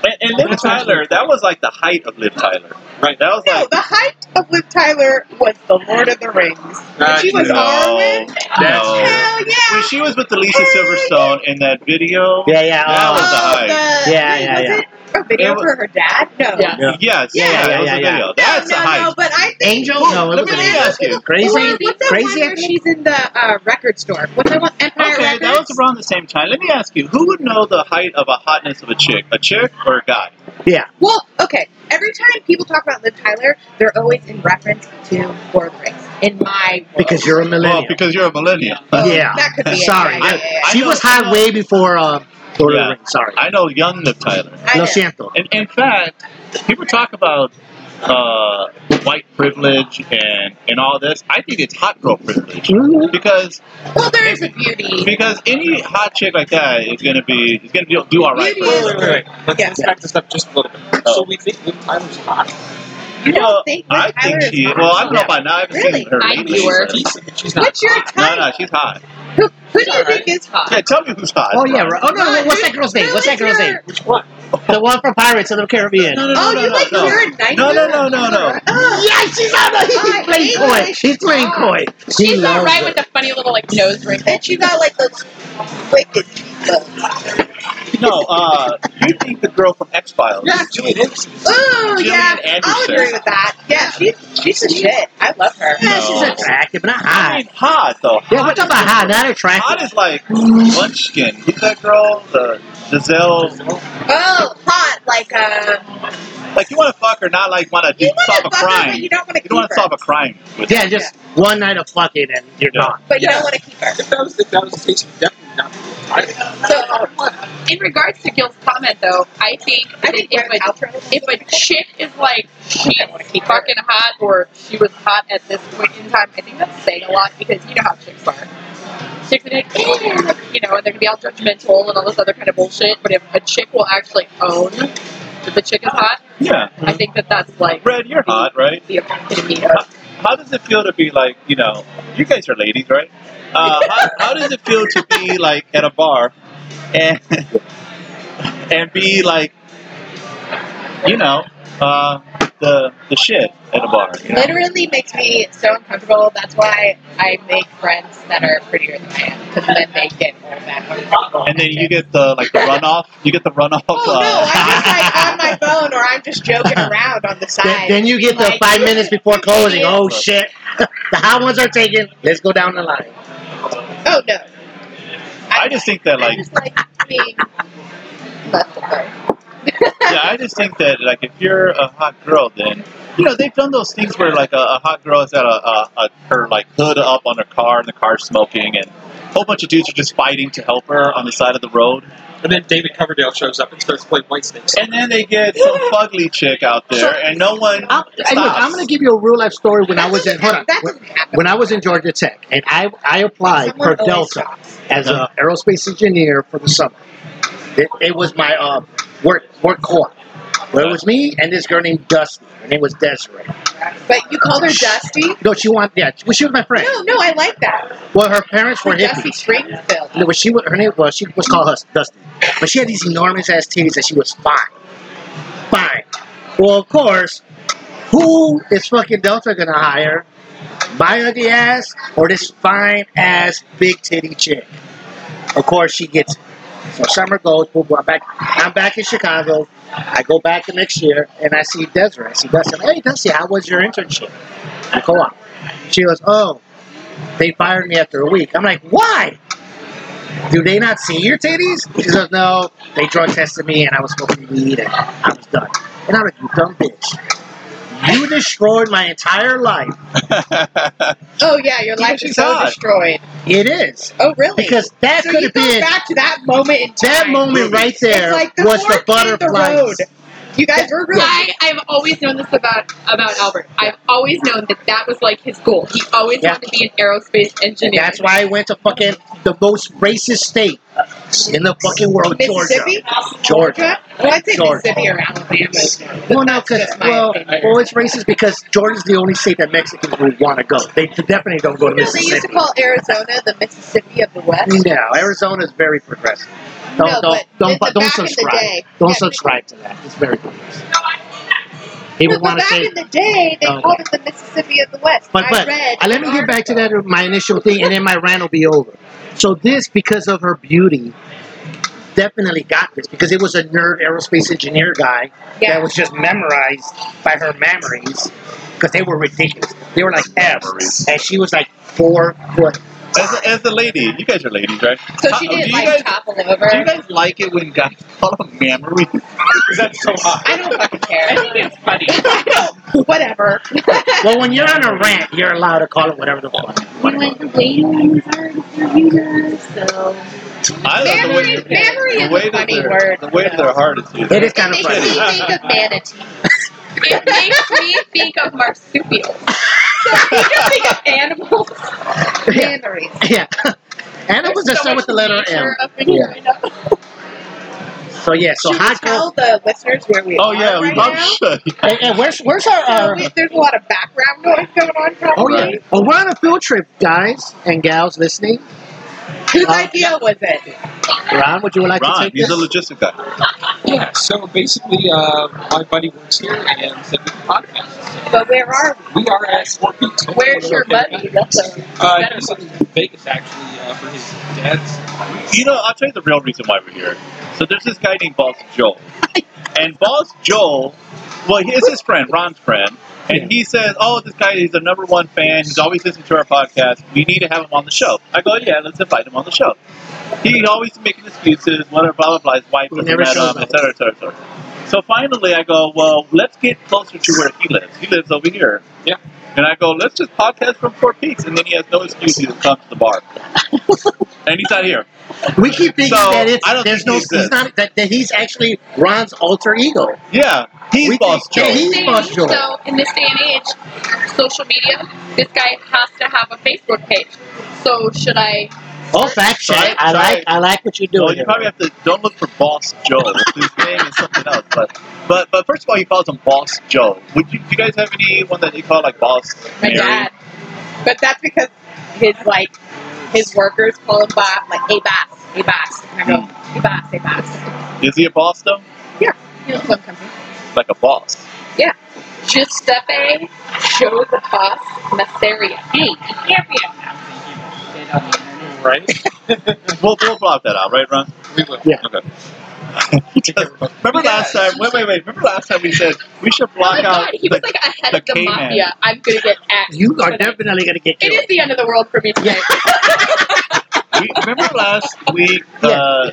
S1: and, and Liv
S5: That's
S1: Tyler,
S5: actually-
S1: that was like the height of Liv Tyler.
S5: Right.
S1: That was
S6: No,
S1: like
S6: the height of Liv Tyler was the Lord of the Rings. When she was
S1: no,
S6: Arwen.
S1: no.
S6: Hell yeah.
S1: When she was with Alicia Silverstone in that video,
S2: yeah, yeah.
S1: That
S2: uh,
S1: was-
S6: oh,
S1: the
S6: the,
S2: Yeah,
S6: wait,
S2: yeah,
S6: was
S2: yeah.
S6: it a video
S1: It was-
S6: for her dad? No.
S7: Yeah.
S1: yes, yeah,
S6: Yeah,
S2: yeah,
S1: it was
S2: yeah,
S1: a
S2: yeah.
S1: video.
S6: No,
S1: That's
S6: no,
S1: the height.
S6: no, but I think
S2: Angel?
S1: Whoa,
S2: no, it
S1: let
S2: was
S1: me
S2: an
S1: let me
S2: angel.
S1: ask you.
S2: Crazy,
S6: Or what's that
S2: crazy.
S6: one where
S2: action.
S6: she's in the uh, record store? What's that one? Empire
S1: Okay,
S6: Records?
S1: that was around the same time. Let me ask you, who would know the height of a hotness of a chick? A chick or a guy?
S2: Yeah.
S6: Well, okay. Every time people talk about Liv Tyler, they're always in reference to Lord of the Rings. In my world.
S2: Because you're a millennial.
S1: Well, Oh, because you're a millennial.
S6: Oh,
S2: yeah.
S6: that could be it.
S2: Sorry.
S6: Yeah, yeah, yeah, yeah.
S1: I
S2: she
S1: know-
S2: was
S1: I know-
S2: high way before um, Lord of
S1: Yeah.
S2: the Rings. Sorry.
S1: I know young Liv Tyler.
S6: I
S2: Lo
S6: know.
S2: siento.
S1: And in fact, people talk about uh, white privilege and, and all this. I think it's hot girl privilege because
S6: Well, there is a beauty.
S1: because any hot chick like that is gonna be is gonna do, do all right.
S6: Beauty
S1: for
S5: Wait,
S1: her.
S5: wait, wait, wait. Let's,
S6: Yeah.
S5: let's back this up just a little bit.
S1: Oh.
S5: So we think Liv Tyler's hot.
S6: You don't
S1: Well,
S6: think Liv
S1: I
S6: Tyler
S1: think
S6: is
S1: she.
S6: hot?
S1: Well, I don't know by now. I haven't
S6: Really?
S1: seen her
S7: I
S1: lately.
S7: knew her.
S1: but-
S5: Decent, but she's not
S6: What's your
S5: hot.
S1: No,
S6: type?
S1: no, she's hot.
S6: Who, who do you
S5: alright.
S6: think is hot?
S1: Yeah, tell me who's hot.
S2: Oh yeah. right. Oh no. no,
S6: Right,
S2: What's
S6: who-
S2: that girl's name?
S6: who
S2: What's that
S6: is
S2: girl's
S1: [LAUGHS]
S6: your-
S2: name?
S5: Which one?
S2: The one from Pirates of the Caribbean.
S1: No, no, no,
S6: oh,
S1: no,
S6: you
S1: no,
S6: like
S1: no.
S6: you're a nightmare?
S1: No, no, no, no, no.
S6: Ugh.
S2: Yes, she's on the
S6: I
S2: She's playing
S6: hate
S2: coy.
S6: it.
S2: She's playing coy. She
S7: She's all
S2: loves
S7: right
S2: it.
S7: with the funny little like nose ring.
S6: And she got like those wicked cheekbones.
S1: No, uh, you think the girl from X Files?
S5: Yeah, Julie Henderson.
S6: Ooh,
S1: Gillian
S6: yeah. I'll
S1: Anderson.
S6: agree with that. Yeah, she, she's the shit. I love her.
S2: yeah, she's
S1: No.
S2: attractive, not
S1: I
S2: hot.
S1: mean, hot though.
S2: Yeah, we're talking about hot, not
S1: Hot
S2: attractive.
S1: is like munchkin. Who's that girl? The Giselle.
S6: Oh, hot. Like, um,
S1: Like you want to fuck her, not like want to
S6: you want
S1: solve a
S6: to fuck her, but
S1: crime.
S6: you don't want to
S1: You
S6: keep
S1: don't want to
S6: her.
S1: solve a crime. With
S2: Yeah, just one night of fucking and you're
S1: Yeah.
S2: gone.
S6: But you
S5: Yeah.
S6: don't want to keep her.
S5: If that was if that was the case, you'd definitely not.
S4: oh,
S7: So, in regards to Gil's comment though, I think
S6: I think
S7: if
S6: Gwyneth
S7: a,
S6: Paltrow-
S7: if a chick is like she's fucking hot or she was hot at this point in time, I think that's saying a lot because you know how chicks are. Chicks are like, eh, like, you know, and they're gonna be all judgmental and all this other kind of bullshit. But if a chick will actually own that the chick is hot,
S1: Yeah.
S7: I think that that's like
S1: Red, you're hot, right?
S7: the epitome of
S1: How does it feel to be like, you know, you guys are ladies, right? Uh, how, how does it feel to be like at a bar and and be like, you know, uh, the the shit at a bar? You know?
S6: Literally makes me so uncomfortable. That's why I make friends that are prettier than I am, because then they get all that uncomfortable.
S1: And then you get the like the runoff. You get the runoff.
S6: Oh no!
S1: uh,
S6: I'm just like on my phone, or I'm
S1: [LAUGHS]
S6: just joking around on the
S2: Then,
S6: side.
S2: then you get the
S6: Like-
S2: five [LAUGHS] minutes before
S6: [LAUGHS]
S2: closing. Oh shit, [LAUGHS] the hot ones are taken. Let's go down the line.
S6: oh no!
S1: I just think that
S6: I
S1: like
S6: just like being left alone.
S1: yeah, I just think that like if you're a hot girl, then you know they've done those things where like a, a hot girl is at a, a, a her like hood up on her car and the car's smoking and a whole bunch of dudes are just fighting to help her on the side of the road,
S5: And then David Coverdale shows up and starts playing White Snakes.
S1: and then they get some fugly chick out [LAUGHS] there and no one
S2: I'm, hey, look, I'm gonna
S1: stops.
S2: give you a real life story. When I
S6: That
S2: was in
S6: doesn't-
S2: hold on,
S6: That
S2: when,
S6: doesn't happen.
S2: when I was in Georgia Tech, and I I applied
S6: Someone
S2: for
S6: always
S2: Delta
S6: stops.
S2: as an aerospace engineer for the summer. It, it was my uh, work work co-op. Well, it was me and this girl named Dusty. Her name was Desiree.
S6: But you called her Dusty?
S2: No, she wanted yeah. Well, she was my friend.
S6: No, no, I like that.
S2: Well, her parents were
S6: Like Dusty
S2: hippies.
S6: Springfield.
S2: No, but she was her name. Well, she was called Hus- Dusty, but she had these enormous ass titties, and she was fine, fine. Well, of course, who is fucking Delta gonna hire? My ugly ass or this fine ass big titty chick? Of course, she gets. It. So summer goes. Boom, boom, I'm back. I'm back in Chicago. I go back the next year, and I see Desiree. I see Dusty. I'm like, hey, Dusty, how was your
S1: [LAUGHS]
S2: internship? I go on. She goes, oh, they fired me after a week. I'm like, why? do they not see your titties? She goes, no, they drug tested me and I was smoking weed and I was done. And I'm like, you dumb bitch. You destroyed my entire life.
S6: Oh yeah, your life
S1: she's
S6: is so
S1: hot.
S6: destroyed.
S2: It is.
S6: Oh really?
S2: Because that
S6: so
S2: could
S6: you
S2: have
S6: go
S2: been,
S6: back to that moment in time.
S2: that moment right there
S6: It's like the
S2: was the
S6: fork in the
S2: butterflies.
S6: road. You guys were really
S7: I, I've always known this about about Albert. I've always known that that was like his goal. He always
S2: Yeah.
S7: wanted to be an aerospace
S2: And
S7: engineer.
S2: that's why I went to fucking the most racist state in the fucking world, Georgia.
S6: Mississippi?
S2: Georgia.
S6: Well, I'd say
S2: Georgia.
S6: Mississippi or Alabama. is there, but
S2: Well, no,
S6: that's
S2: because
S6: just my
S2: well,
S6: opinion.
S2: well, it's racist because Georgia's the only state that Mexicans would want to go. They definitely don't go to
S6: No, they used
S2: Mississippi.
S6: to call Arizona the Mississippi of the West.
S2: No, Arizona's very progressive. Don't
S6: No,
S2: don't
S6: but
S2: don't,
S6: the-
S2: don't,
S6: the back in the
S2: subscribe.
S6: day-
S2: don't
S6: yeah.
S2: subscribe to that. It's very progressive. He
S6: No,
S2: would
S6: but
S2: want to
S6: back
S2: say,
S6: in the day, they
S2: Oh.
S6: called it the Mississippi of the West.
S2: but
S6: I
S2: but
S6: read.
S2: uh, let
S6: an
S2: me get back to
S6: article.
S2: that my initial thing, and then my rant will be over. So this, because of her beauty, definitely got this because it was a nerd aerospace engineer guy
S6: Yeah.
S2: that was just memorized by her memories because they were ridiculous. They were like F's,
S1: Memories.
S2: and she was like four foot.
S1: As a, as a lady, you guys are ladies, right?
S7: so she
S1: How-
S7: didn't
S1: uh, do you
S7: like
S1: guys-
S7: topple
S1: Do you
S7: over.
S1: guys like it when guys [LAUGHS] call them memories? That's so hot.
S6: I don't fucking
S4: I
S6: care.
S4: think it's funny.
S1: [LAUGHS]
S6: Whatever.
S2: Well, when you're on a rant, you're allowed to call it whatever the fuck.
S4: We went the waiting was already for you guys, so
S1: I love the way
S6: Memory, memory
S1: the
S6: is
S1: way
S6: a
S1: that
S6: funny
S1: their-
S6: word.
S1: The way that their heart is here.
S2: It is kind of
S6: Makes me
S2: funny.
S6: think of manatee.
S1: [LAUGHS]
S7: It makes me think of
S1: [LAUGHS]
S7: marsupials. So if you just think of animals.
S2: [LAUGHS] Yeah.
S6: Memories.
S2: Yeah. And it was
S7: there's
S2: just so
S7: much
S2: with the letter M.
S7: nature Up in here right now.
S2: So yeah, so
S6: Should we
S2: hot girl.
S6: tell the listeners where we
S1: Oh
S6: are
S1: yeah, we
S6: right
S1: both
S6: now?
S1: should.
S2: And, and where's where's our? oh,
S6: So
S2: Uh,
S6: we, there's a lot of background noise going on. Probably.
S2: oh yeah. Well, we're on a field trip, guys and gals listening.
S6: Whose idea was it?
S2: Ron, would you like to
S1: Ron,
S2: take
S1: he's
S2: this?
S1: a logistic guy.
S5: Yeah, so basically, uh, my buddy works here and they do the podcast.
S7: But where are
S5: We are at Four Peaks.
S7: we? Where's your buddy? That's a
S5: Uh,
S7: better
S5: he's
S7: question.
S5: in Vegas actually uh, for his dad's.
S1: You know, I'll tell you the real reason why we're here. So there's this guy named Boss Joel. And Boss Joel, well, he is his friend, Ron's friend. And he says, oh, this guy, he's the number one fan. He's always listening to our podcast. We need to have him on the show. I go, yeah, let's invite him on the show. He's always making excuses, whatever, blah, blah, blah. His wife
S2: He
S1: doesn't
S2: never
S1: let
S2: shows
S1: him,
S2: up.
S1: et cetera, et cetera, et cetera. So finally, I go, well, let's get closer to where he lives. He lives over here.
S5: Yeah.
S1: And I go, let's just podcast from Four Peaks. And then he has no excuse. He just comes to
S2: [LAUGHS]
S1: the bar. and he's not here.
S2: We keep thinking
S1: So,
S2: that it's
S1: I don't
S2: there's
S1: think
S2: no
S1: he
S2: he's
S1: exists.
S2: not that, that he's actually Ron's alter ego.
S1: Yeah, he's
S2: We
S1: Boss
S2: think-
S1: Joe.
S2: yeah, he- Must do it.
S7: So in this day and age, social media, this guy has to have a Facebook page. So should I?
S2: Oh, fact check.
S1: Sorry,
S2: I
S1: sorry.
S2: like I like what you're doing.
S1: well, you probably have to don't look for Boss Joe. His name is something else. But but but first of all, he calls him Boss Joe. Would you, do you guys have anyone that you call like Boss
S6: My
S1: Mary?
S6: dad. But that's because his like his workers call him boss, like hey boss, hey boss. And I go,
S1: Hmm.
S6: hey boss, hey boss.
S1: Is he a boss though?
S6: You know, some company.
S1: Like a boss?
S7: Giuseppe Joe the Boss Masseria.
S4: Hey, you can't be a shit on the internet.
S1: [LAUGHS]
S5: Right?
S1: We'll we'll block that out, right, Ron?
S5: We will.
S1: [LAUGHS] Remember last time? Wait, wait, wait. Remember last time we said we should
S7: Oh
S1: block
S7: my
S1: out
S7: God, he was
S1: the
S7: like ahead
S1: the
S7: of the
S1: K-Man.
S7: mafia. I'm gonna get axed.
S2: You are definitely gonna get
S7: It
S2: killed.
S7: is the end of the world for me today.
S1: we, remember last
S7: [LAUGHS]
S1: week uh,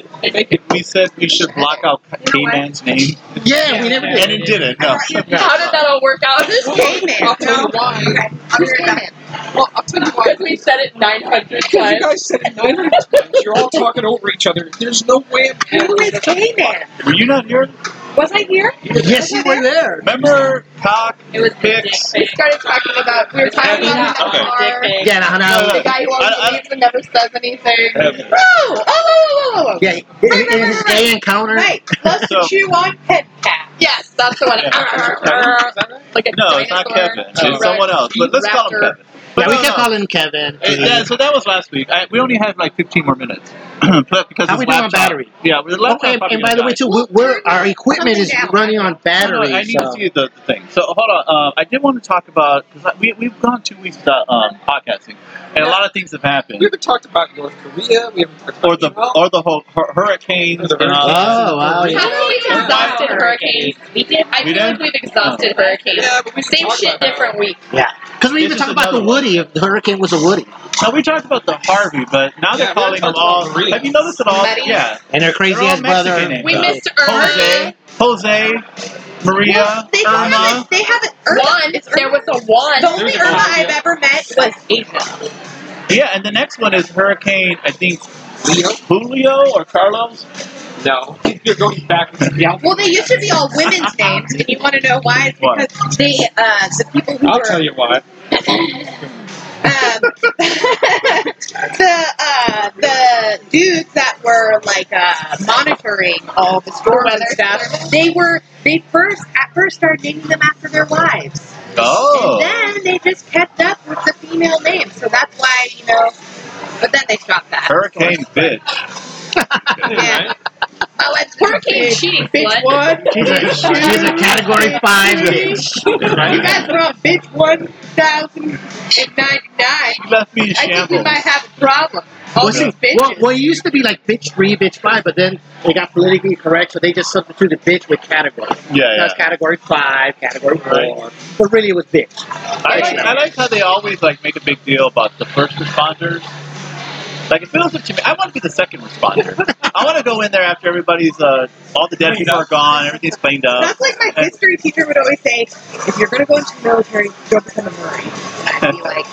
S1: we said we should block out
S7: You know what?
S1: K-Man's name,
S2: Yeah, we never
S1: and
S2: did.
S1: it didn't. No.
S7: [LAUGHS] How did that all work out? Who's
S6: Caveman?
S7: I'll tell you
S6: No.
S7: why.
S6: Who's caveman?
S7: Well, I'll tell you why. Because we said it 900
S5: Because you
S7: times.
S5: guys said it 900 times.
S7: [LAUGHS]
S5: You're all talking over each other. There's no way I'm
S6: Who is caveman?
S1: Were you not here?
S7: Was I here?
S2: Yes, you were there.
S1: Remember cock
S4: It was
S1: picks?
S7: We started talking about, we were talking about the
S1: Okay.
S7: car.
S2: Yeah, no, no,
S7: The guy who always
S1: I- I-
S7: leaves and never says anything.
S1: Heaven.
S6: Whoa! Oh, oh, oh, oh, oh.
S2: yeah. In, in his gay encounter,
S6: Right. Loves
S1: So-
S6: to chew on head cap.
S7: Yes, that's the one.
S1: Yeah.
S7: Arr, arr, like a
S1: No, it's not
S7: dinosaur,
S1: Kevin. It's
S7: T-Rex,
S1: someone else. But let's call him
S7: raptor.
S1: Kevin. But
S2: yeah, we
S1: no,
S2: kept
S1: no.
S2: calling him Kevin.
S1: Uh, yeah, so that was last week. I, we only have like 15 more minutes. [CLEARS THROAT] But because
S2: How we
S1: this
S2: doing on
S1: laptop-
S2: battery?
S1: Yeah, with the
S2: Oh,
S1: laptop
S2: and,
S1: probably
S2: and by
S1: gonna
S2: the way,
S1: die.
S2: too, we're, we're, our equipment is running on
S1: No, no,
S2: batteries.
S1: I need
S2: so-
S1: to see the, the thing. So hold on. Um, I did want to talk about because we we've gone two weeks without um, podcasting, and a lot of things have
S5: We
S1: happened.
S5: haven't talked about North Korea. We haven't talked about
S1: Or the
S5: Israel.
S1: or the whole hur- hurricanes.
S5: Or the
S1: and all that.
S2: Oh, wow.
S5: Yeah.
S7: How do we
S5: Yeah.
S7: exhausted hurricanes?
S4: We did.
S7: I feel
S1: We did?
S7: like we've exhausted hurricanes.
S5: Yeah, but we can
S7: Same
S5: talk
S7: shit,
S5: about that.
S7: different week.
S2: Because we
S1: This
S2: even
S1: is
S2: talked about the
S1: another one.
S2: Woody. If the hurricane was a Woody,
S1: So we talked about the Harvey, but now
S5: Yeah,
S1: they're
S5: we
S1: calling them
S5: talked about
S1: all.
S5: Maria.
S1: Have you noticed it all?
S7: Maria.
S1: Yeah,
S2: and her crazy
S1: They're all
S2: ass brother.
S1: Mexican names,
S7: We
S1: Yeah.
S7: missed
S1: Jose,
S7: Irma.
S1: Jose, Maria,
S6: Well, they
S1: Irma.
S6: haven't. They haven't. Irma.
S7: One.
S6: It's
S7: There
S6: Irma.
S7: was a one.
S6: The only
S5: There's
S6: Irma
S5: Irma.
S6: I've ever met was Asian.
S1: Yeah, and the next one is Hurricane. I think
S5: Leo?
S1: Julio or Carlos.
S5: No. You're going back.
S1: Yeah.
S6: Well, they used to be all women's names, and you want to know why? It's
S1: Why?
S6: because they, uh, the people who
S5: I'll
S6: were
S5: tell you why.
S6: um, [LAUGHS] the uh, the dudes that were like uh, monitoring all the storms and
S7: Weather
S6: stuff, they were they first at first started naming them after their wives,
S1: Oh.
S6: and then they just kept up with the female names. So that's why you know. But then they stopped that.
S1: Hurricane bitch.
S6: Yeah. Oh, it's
S7: Hurricane cheating.
S6: Bitch
S7: slut.
S6: one,
S2: She's a,
S6: bitch two,
S2: she's a category
S6: bitch
S2: five
S6: three.
S2: bitch.
S6: You guys were on bitch one thousand and ninety nine.
S1: You left me in
S6: I think we
S1: shambles.
S6: might have a problem. All
S2: Well, see,
S6: these bitches.
S2: well, well, it used to be like bitch three, bitch five, but then they got politically correct, so they just substituted bitch with category.
S1: Yeah,
S2: That was
S1: yeah.
S2: category five, category four.
S1: Right.
S2: But really, it was bitch.
S1: I like, I like how they always like make a big deal about the first responders. Like it feels like to me, I want to be the second responder.
S6: [LAUGHS]
S1: I want to go in there after everybody's, uh, all the dead
S5: Cleaned
S1: people are
S5: up.
S1: gone, everything's cleaned up.
S6: That's like my history teacher would always say, if you're going to go into the military, go become a Marine. And I'd be like,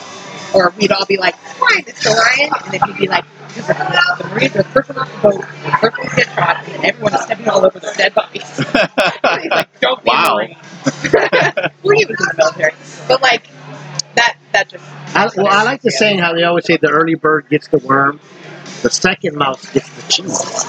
S6: or we'd all be like, why, Mr. Ryan? And then he'd be like, because the, the Marines are the first one off the boat, the first one to get shot, and everyone is stepping all over their dead bodies.
S1: [LAUGHS]
S6: And he's like, don't be
S1: Wow.
S6: a Marine. well, he was in the military. But like, that, that just,
S2: I, well, I like the saying how they always say the early bird gets the worm, the second mouse gets the cheese.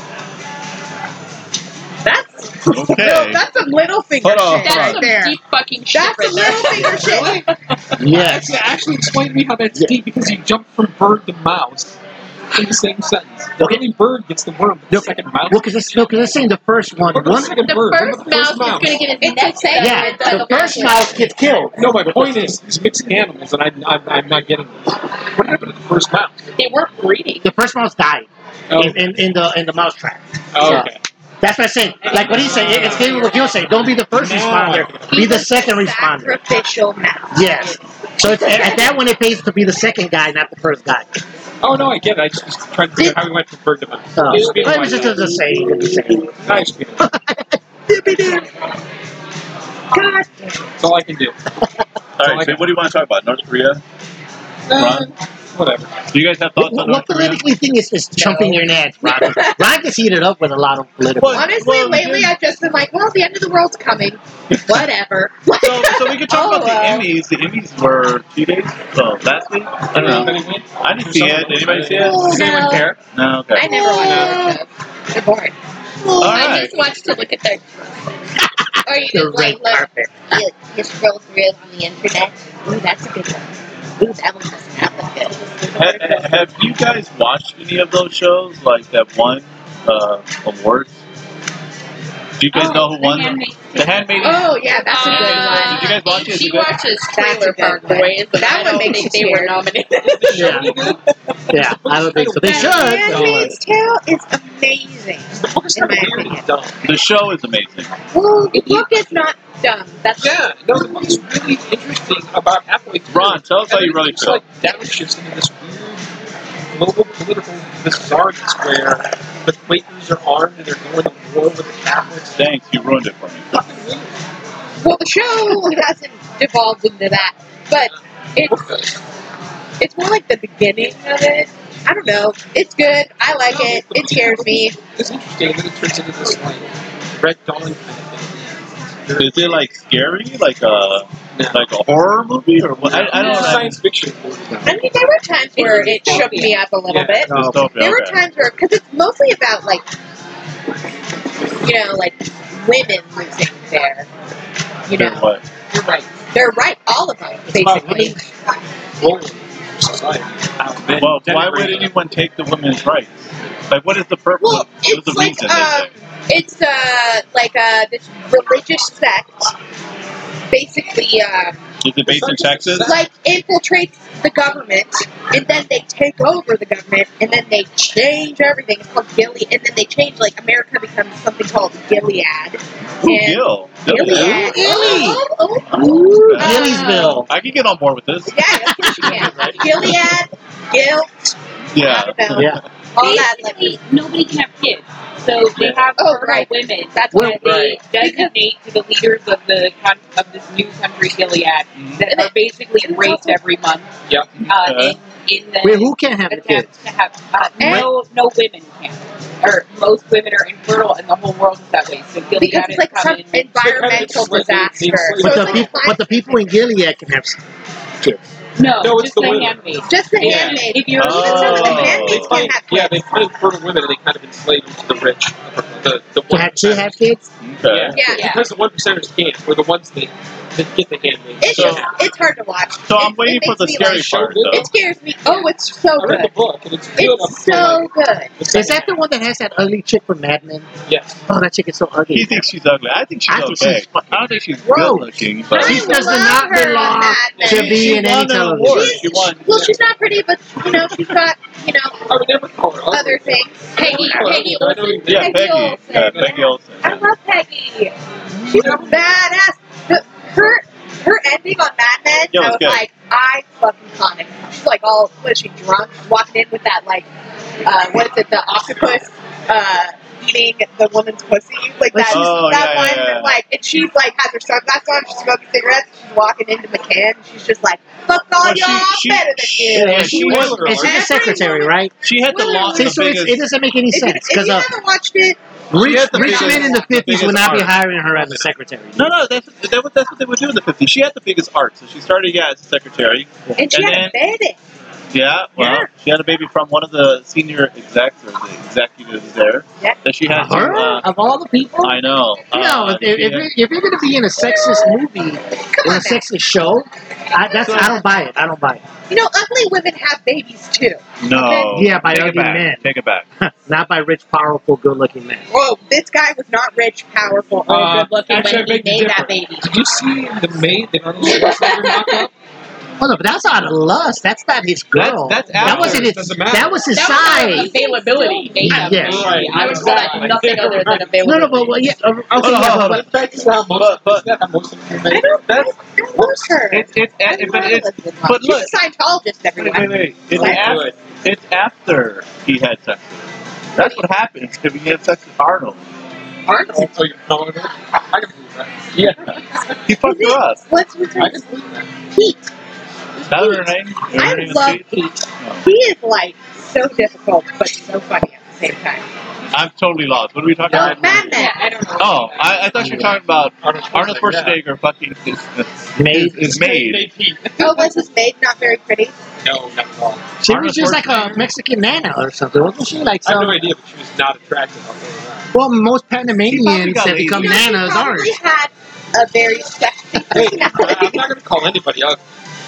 S6: that's, no,
S1: okay.
S6: that's some little finger
S1: Hold on,
S6: shit
S7: That's
S1: hold on.
S6: right
S7: some
S6: there.
S7: deep fucking shit
S6: That's
S7: right
S6: a
S7: there.
S6: little finger shit.
S2: Yes.
S5: Actually, actually explain to me how that's
S2: Yeah.
S5: deep because you jumped from bird to mouse. in the same sentence. The
S2: Okay.
S5: okay. bird gets the worm, but the
S2: No,
S5: second mouse.
S2: Well, because no, because I seen the first one.
S5: What about
S2: One,
S5: the second
S8: The
S5: bird?
S8: first,
S5: What about the
S8: mouse
S5: first
S8: is going to get his neck
S7: It's
S8: saved by
S2: yeah, the
S8: the
S2: first
S8: mouse.
S2: mouse gets killed.
S5: No, my point is, these mixed animals, and I, I, I'm not getting them. What happened to the first mouse?
S7: They weren't breeding.
S2: The first mouse died
S5: Oh,
S2: in, in, in the in the mouse trap.
S5: oh, okay.
S2: That's what I'm saying. Like what he said, it- it's getting what you say. Don't be the first
S5: No.
S2: responder. Be the second responder.
S6: Sacrificial mouse.
S2: Yes. So it's, at at that one, it pays to be the second guy, not the first guy.
S5: Oh, no, I get it. I just was trying to figure out how we went from bird to mouse.
S1: Oh.
S2: So,
S5: Just being
S2: I
S5: like
S2: was just
S5: that.
S2: just saying. Just saying.
S5: Nice being. That's
S6: God damn.
S5: all I can do.
S3: All right, so what do you want to talk about? North Korea?
S5: Uh, whatever.
S1: Do you guys have
S2: What,
S1: thoughts
S2: what,
S1: on North
S2: what
S1: Korea?
S2: politically thing is, is jumping your ass, Ron? Ron gets heated up with a lot of political.
S3: Well,
S6: Honestly,
S3: well,
S6: lately I've just been like, well, the end of the world's coming. Whatever. [LAUGHS]
S1: So, so we could talk
S6: Oh,
S1: about the
S6: well.
S1: Emmys. The Emmys were two days, well, last week. I don't know. I didn't see it. Did anybody see it?
S8: Oh,
S5: Does anyone
S8: no.
S5: care?
S1: No.
S6: I
S1: Okay.
S6: never watch those. They're boring.
S8: Well, I
S1: Alright.
S8: just watched to look at their Or you
S2: The
S8: just like
S2: red
S8: look,
S2: carpet.
S8: you, you scroll through it on the internet. Ooh, that's a good one. Ooh, that one does not look
S1: Ha-
S8: good.
S1: ha- have you guys watched any of those shows? Like that one uh, awards? Do you guys know who won? them? The Handmaiden.
S6: Oh, yeah, that's a good
S1: Uh,
S6: one.
S1: Did you guys watch it?
S7: She
S1: You guys-
S7: watches
S6: That's a
S7: Trailer
S6: good
S7: Park
S6: one.
S7: Boys, but
S6: That
S7: I
S6: one
S7: don't
S6: makes
S7: think
S6: you
S7: they were
S6: tear.
S7: nominated.
S2: Yeah, yeah. I don't think so. They should.
S6: The
S2: but-
S6: Handmaid's Tale is amazing.
S5: The book is
S6: In
S5: kind of
S6: my
S5: weird
S6: opinion.
S5: and dumb.
S1: The show is amazing.
S6: Well, the book is not dumb. That's
S5: Yeah, no, the book is really interesting about halfway through.
S1: Ron, tell us how you really
S5: Everything's,
S1: feel.
S5: like downshifts into this weird global political bizarreness where the Quakers are armed and they're going to war with the Catholics.
S1: Thanks, you ruined it for me.
S6: well, the [LAUGHS] show hasn't devolved into that, but it's it's more like the beginning of it. I don't know. It's good. I like it. It scares me.
S5: It's interesting that it turns into this like Red Dawn kind of thing.
S1: Is it like scary, like a
S5: No.
S1: like a horror movie, or what? I, I don't
S5: It's
S1: know.
S5: science fiction.
S6: I mean, there were times where it shook me up a little
S5: Yeah.
S6: bit.
S2: No.
S1: Dystopia,
S6: There were
S1: okay.
S6: times where, because it's mostly about like, you know, like women losing their, you
S1: Then
S6: know,
S1: what?
S5: You're right.
S6: they're right, all of them,
S5: It's about
S6: basically.
S5: women's role in society. How men
S1: Well, why would
S5: denigrate them.
S1: anyone take the women's rights? Like, what is the purpose?
S6: Well,
S1: What's
S6: it's
S1: the
S6: like
S1: reason?
S6: um, it's uh like uh this religious sect, basically um,
S1: is it based in Texas?
S6: like infiltrates the government, and then they take over the government, and then they change everything. It's called Gilead, and then they change like America becomes something called Gilead.
S1: Who
S6: and
S1: Gil?
S6: Gilead.
S1: Gil-
S6: Oh, oh,
S2: Ooh,
S6: Uh,
S2: Gilliesville.
S1: I can get on board with this.
S6: Yeah, that's what she can. Gilead, guilt,
S1: Yeah.
S6: I don't know,
S2: Yeah.
S6: all that. Like,
S4: Basically, nobody can have kids, so they have
S6: Oh,
S4: oh,
S6: right.
S4: women. That's
S2: Well,
S4: why they designate to the leaders of the con- of this new country, Gilead, that are basically raped every month.
S5: Yeah.
S4: Uh, in, in the
S2: Wait, who can't have the
S4: attempt
S2: kids?
S4: to have uh, no no women can, or most women are infertile, and the whole world is that way. So Gilead
S6: because it's
S4: is
S6: like some
S4: coming.
S6: environmental
S5: They're kind of
S6: disaster.
S5: enslaved.
S6: So
S2: But
S6: it's
S2: the
S6: like
S2: people, but the people in Gilead can have kids.
S4: No,
S5: No, it's
S4: just
S5: the
S4: the,
S5: women.
S4: handmaid.
S6: just the
S5: Yeah.
S6: handmaid.
S4: If you're
S6: Even some of the
S1: Oh.
S5: They
S6: handmaids
S5: find,
S6: can't have
S5: yeah,
S6: kids.
S5: they find fertile women and they kind of enslave them to the rich. The, the
S2: Can have two have kids?
S1: Okay.
S6: Yeah.
S4: Yeah.
S5: Because the one percenters can't. We're the ones that, that get the handmade.
S6: It's
S1: So-
S6: just, it's hard to watch.
S1: So I'm
S6: It-
S1: waiting
S6: it
S1: for
S6: makes
S1: the
S6: me
S1: scary
S6: like-
S1: part,
S5: shoulder.
S1: though.
S6: It scares me. Oh, it's so
S5: I read the
S6: good.
S5: book and it's good up
S6: It's
S5: to
S6: so
S5: like
S6: good.
S5: the second
S2: Is that the one that has that ugly chick from Mad Men?
S5: one. Yes.
S2: Oh, that chick is so ugly.
S1: He thinks she's ugly. I think she's
S2: I think
S1: okay.
S2: she's fucking
S1: I don't think she's
S2: gross.
S1: good looking, but
S2: She
S6: I
S2: does
S6: love
S2: not
S6: her on
S2: belong
S6: that
S2: to
S6: thing.
S2: be
S1: she
S2: in
S1: won
S2: any
S1: an
S2: television.
S1: award.
S6: She's-
S1: She won.
S6: Well, she's not pretty, but you know she's got you know
S5: I would never call her ugly.
S6: other things.
S8: Peggy,
S5: I would
S8: Peggy
S5: never call her ugly.
S1: Yeah,
S6: Peggy
S1: Peggy.
S6: Olson.
S1: Yeah, Peggy Olson.
S6: I love Peggy. She's a badass. The, her her ending on Mad
S1: Yeah,
S6: Men,
S1: it
S6: I
S1: was
S6: was
S1: good.
S6: like, I fucking caught it. She's like all what is she drunk? Walking in with that like uh, what is it, the octopus uh, eating the woman's pussy. Like that
S1: Oh,
S6: that
S1: yeah,
S6: one
S1: yeah, yeah.
S6: like and she's like has her sunglasses on, she's smoking cigarettes, she's walking into McCann, and she's just like, Fuck all
S1: Well, she-
S6: y'all
S1: she-
S6: better than you.
S2: Yeah,
S1: Yeah,
S2: she
S1: she
S2: was,
S5: was-
S2: and she's the
S6: Every
S2: secretary,
S6: woman-
S2: right?
S1: She had the law.
S2: See,
S1: The
S2: so it's,
S1: biggest,
S2: it doesn't make any
S6: If you,
S2: sense
S6: if
S2: because
S6: you
S2: uh,
S6: haven't watched it,
S2: rich,
S1: had the
S2: rich
S1: biggest-
S2: men in the
S1: the
S2: fifties would
S1: biggest
S2: not be
S1: arc.
S2: hiring her as a secretary.
S1: No, no, that's that was, that's what they would do in the 50s. She had the biggest arc, so she started yeah as a secretary,
S6: and she
S1: And
S6: had a baby.
S1: Yeah, well,
S4: Yeah.
S1: she had a baby from one of the senior execs or the executives there
S6: Yeah.
S1: that she had. To,
S2: Her?
S1: uh,
S2: Of all the people?
S1: I know.
S2: No,
S1: uh,
S2: if, if,
S1: she
S2: if,
S1: had-
S2: you're, if you're going to be in a sexist movie, in a sexist show, I, that's I don't buy it. I don't buy it.
S6: You know, ugly women have babies too.
S1: no.
S2: Yeah, by
S1: Take it
S2: ugly
S1: back.
S2: men.
S1: Take it back.
S2: [LAUGHS] Not by rich, powerful, good-looking men.
S6: Whoa, this guy was not rich, powerful, or
S5: Uh,
S6: good looking
S5: actually, I
S6: when he
S5: beg to
S6: made that
S5: differ.
S6: baby.
S5: Did you see the maid that Arnold Schwarzenegger knocked up?
S2: Well, no, but that's out of lust. That's not his girl.
S1: That's- that's
S2: that
S1: after.
S2: wasn't his.
S5: Doesn't matter.
S2: That was his
S7: That was
S2: side.
S7: like availability. They have
S2: Yes.
S7: baby. I would call that
S5: Exactly.
S7: nothing other than
S2: No, no,
S7: availability.
S2: but well, yeah. uh, Okay,
S1: Hold on,
S2: yeah,
S1: hold on,
S2: but,
S5: But, but, isn't that how most of them
S6: I
S5: make it?
S6: don't,
S1: That's-
S6: I don't love her.
S1: It's it's
S6: I
S1: it,
S6: love
S1: but it's
S6: Elizabeth
S1: but
S6: Moss.
S1: look.
S6: She's a Scientologist,
S1: Wait,
S6: everyone.
S1: wait, wait. It's,
S6: What?
S1: after, it's after he had sex. with her. That's what happens if you have sex with Arnold.
S5: Arnold? So you know it? I I can believe that.
S1: Yeah. he fucked her up.
S6: What's with
S5: I
S6: her?
S5: can believe that.
S6: Pete.
S1: That was her name. Her
S6: I
S1: name is
S6: love
S1: Pete?
S6: Pete.
S1: No.
S6: He is like so difficult, but so funny at the same time.
S1: I'm totally lost. What are we talking
S6: Oh,
S1: about?
S6: Mad Men.
S7: Yeah, I don't know.
S1: Oh, I, I thought you were talking about
S5: Arnold Schwarzenegger.
S1: Arnold Schwarzenegger fucking is,
S2: Maid.
S1: is, is made.
S5: [LAUGHS]
S6: Oh, was his maid not very pretty?
S5: No, not at all.
S2: she
S1: Arnold
S2: was just like a Mexican nana or something, wasn't she? Like
S5: I have
S2: some.
S5: no idea, but she was not attractive. I'll tell you [LAUGHS] that.
S2: Well, most
S1: She probably
S2: Panamanians
S1: got
S2: that become
S6: You
S1: lazy.
S6: know, she
S2: nanas aren't.
S6: probably had a very sexy
S5: Wait, I- I'm not going to call anybody ugly.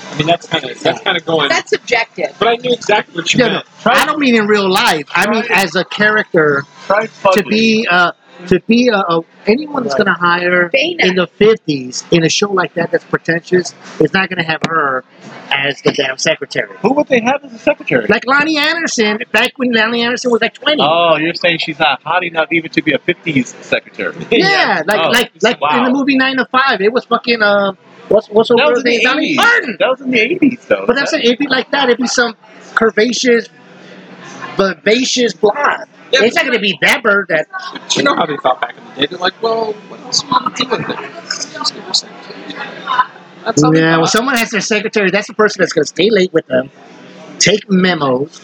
S5: I mean, that's kind of that's kind of going.
S6: That's subjective.
S5: But I knew exactly what you
S2: No, no.
S5: meant.
S2: I don't mean in real life. I mean
S1: Right.
S2: as a character
S1: Try
S2: to
S1: fugly.
S2: be uh, to be a, a anyone that's going to hire in
S6: Dana.
S2: the fifties in a show like that that's pretentious is not going to have her as the damn secretary.
S1: Who would they have as a secretary?
S2: Like Lonnie Anderson, back when Lonnie Anderson was like twenty.
S1: Oh, you're saying she's not hot enough even to be a 50s secretary.
S2: [LAUGHS] yeah, like
S1: Oh,
S2: like like in the
S1: wow.
S2: movie Nine to Five, it was fucking uh, what's what's her
S1: That was
S2: girl's
S1: in the
S2: name? Dolly
S1: 80s.
S2: Parton.
S1: That was in the 80s, though.
S2: But I'm saying it'd be like that. It'd be some curvaceous, vivacious blonde.
S5: Yeah,
S2: it's not going to be that bird that
S5: but you know how they thought back in the day. They're like, well, what else are we doing there? Just give her some- That's how they
S2: Yeah, when
S5: thought.
S2: someone has their secretary, that's the person that's going to stay late with them, take memos,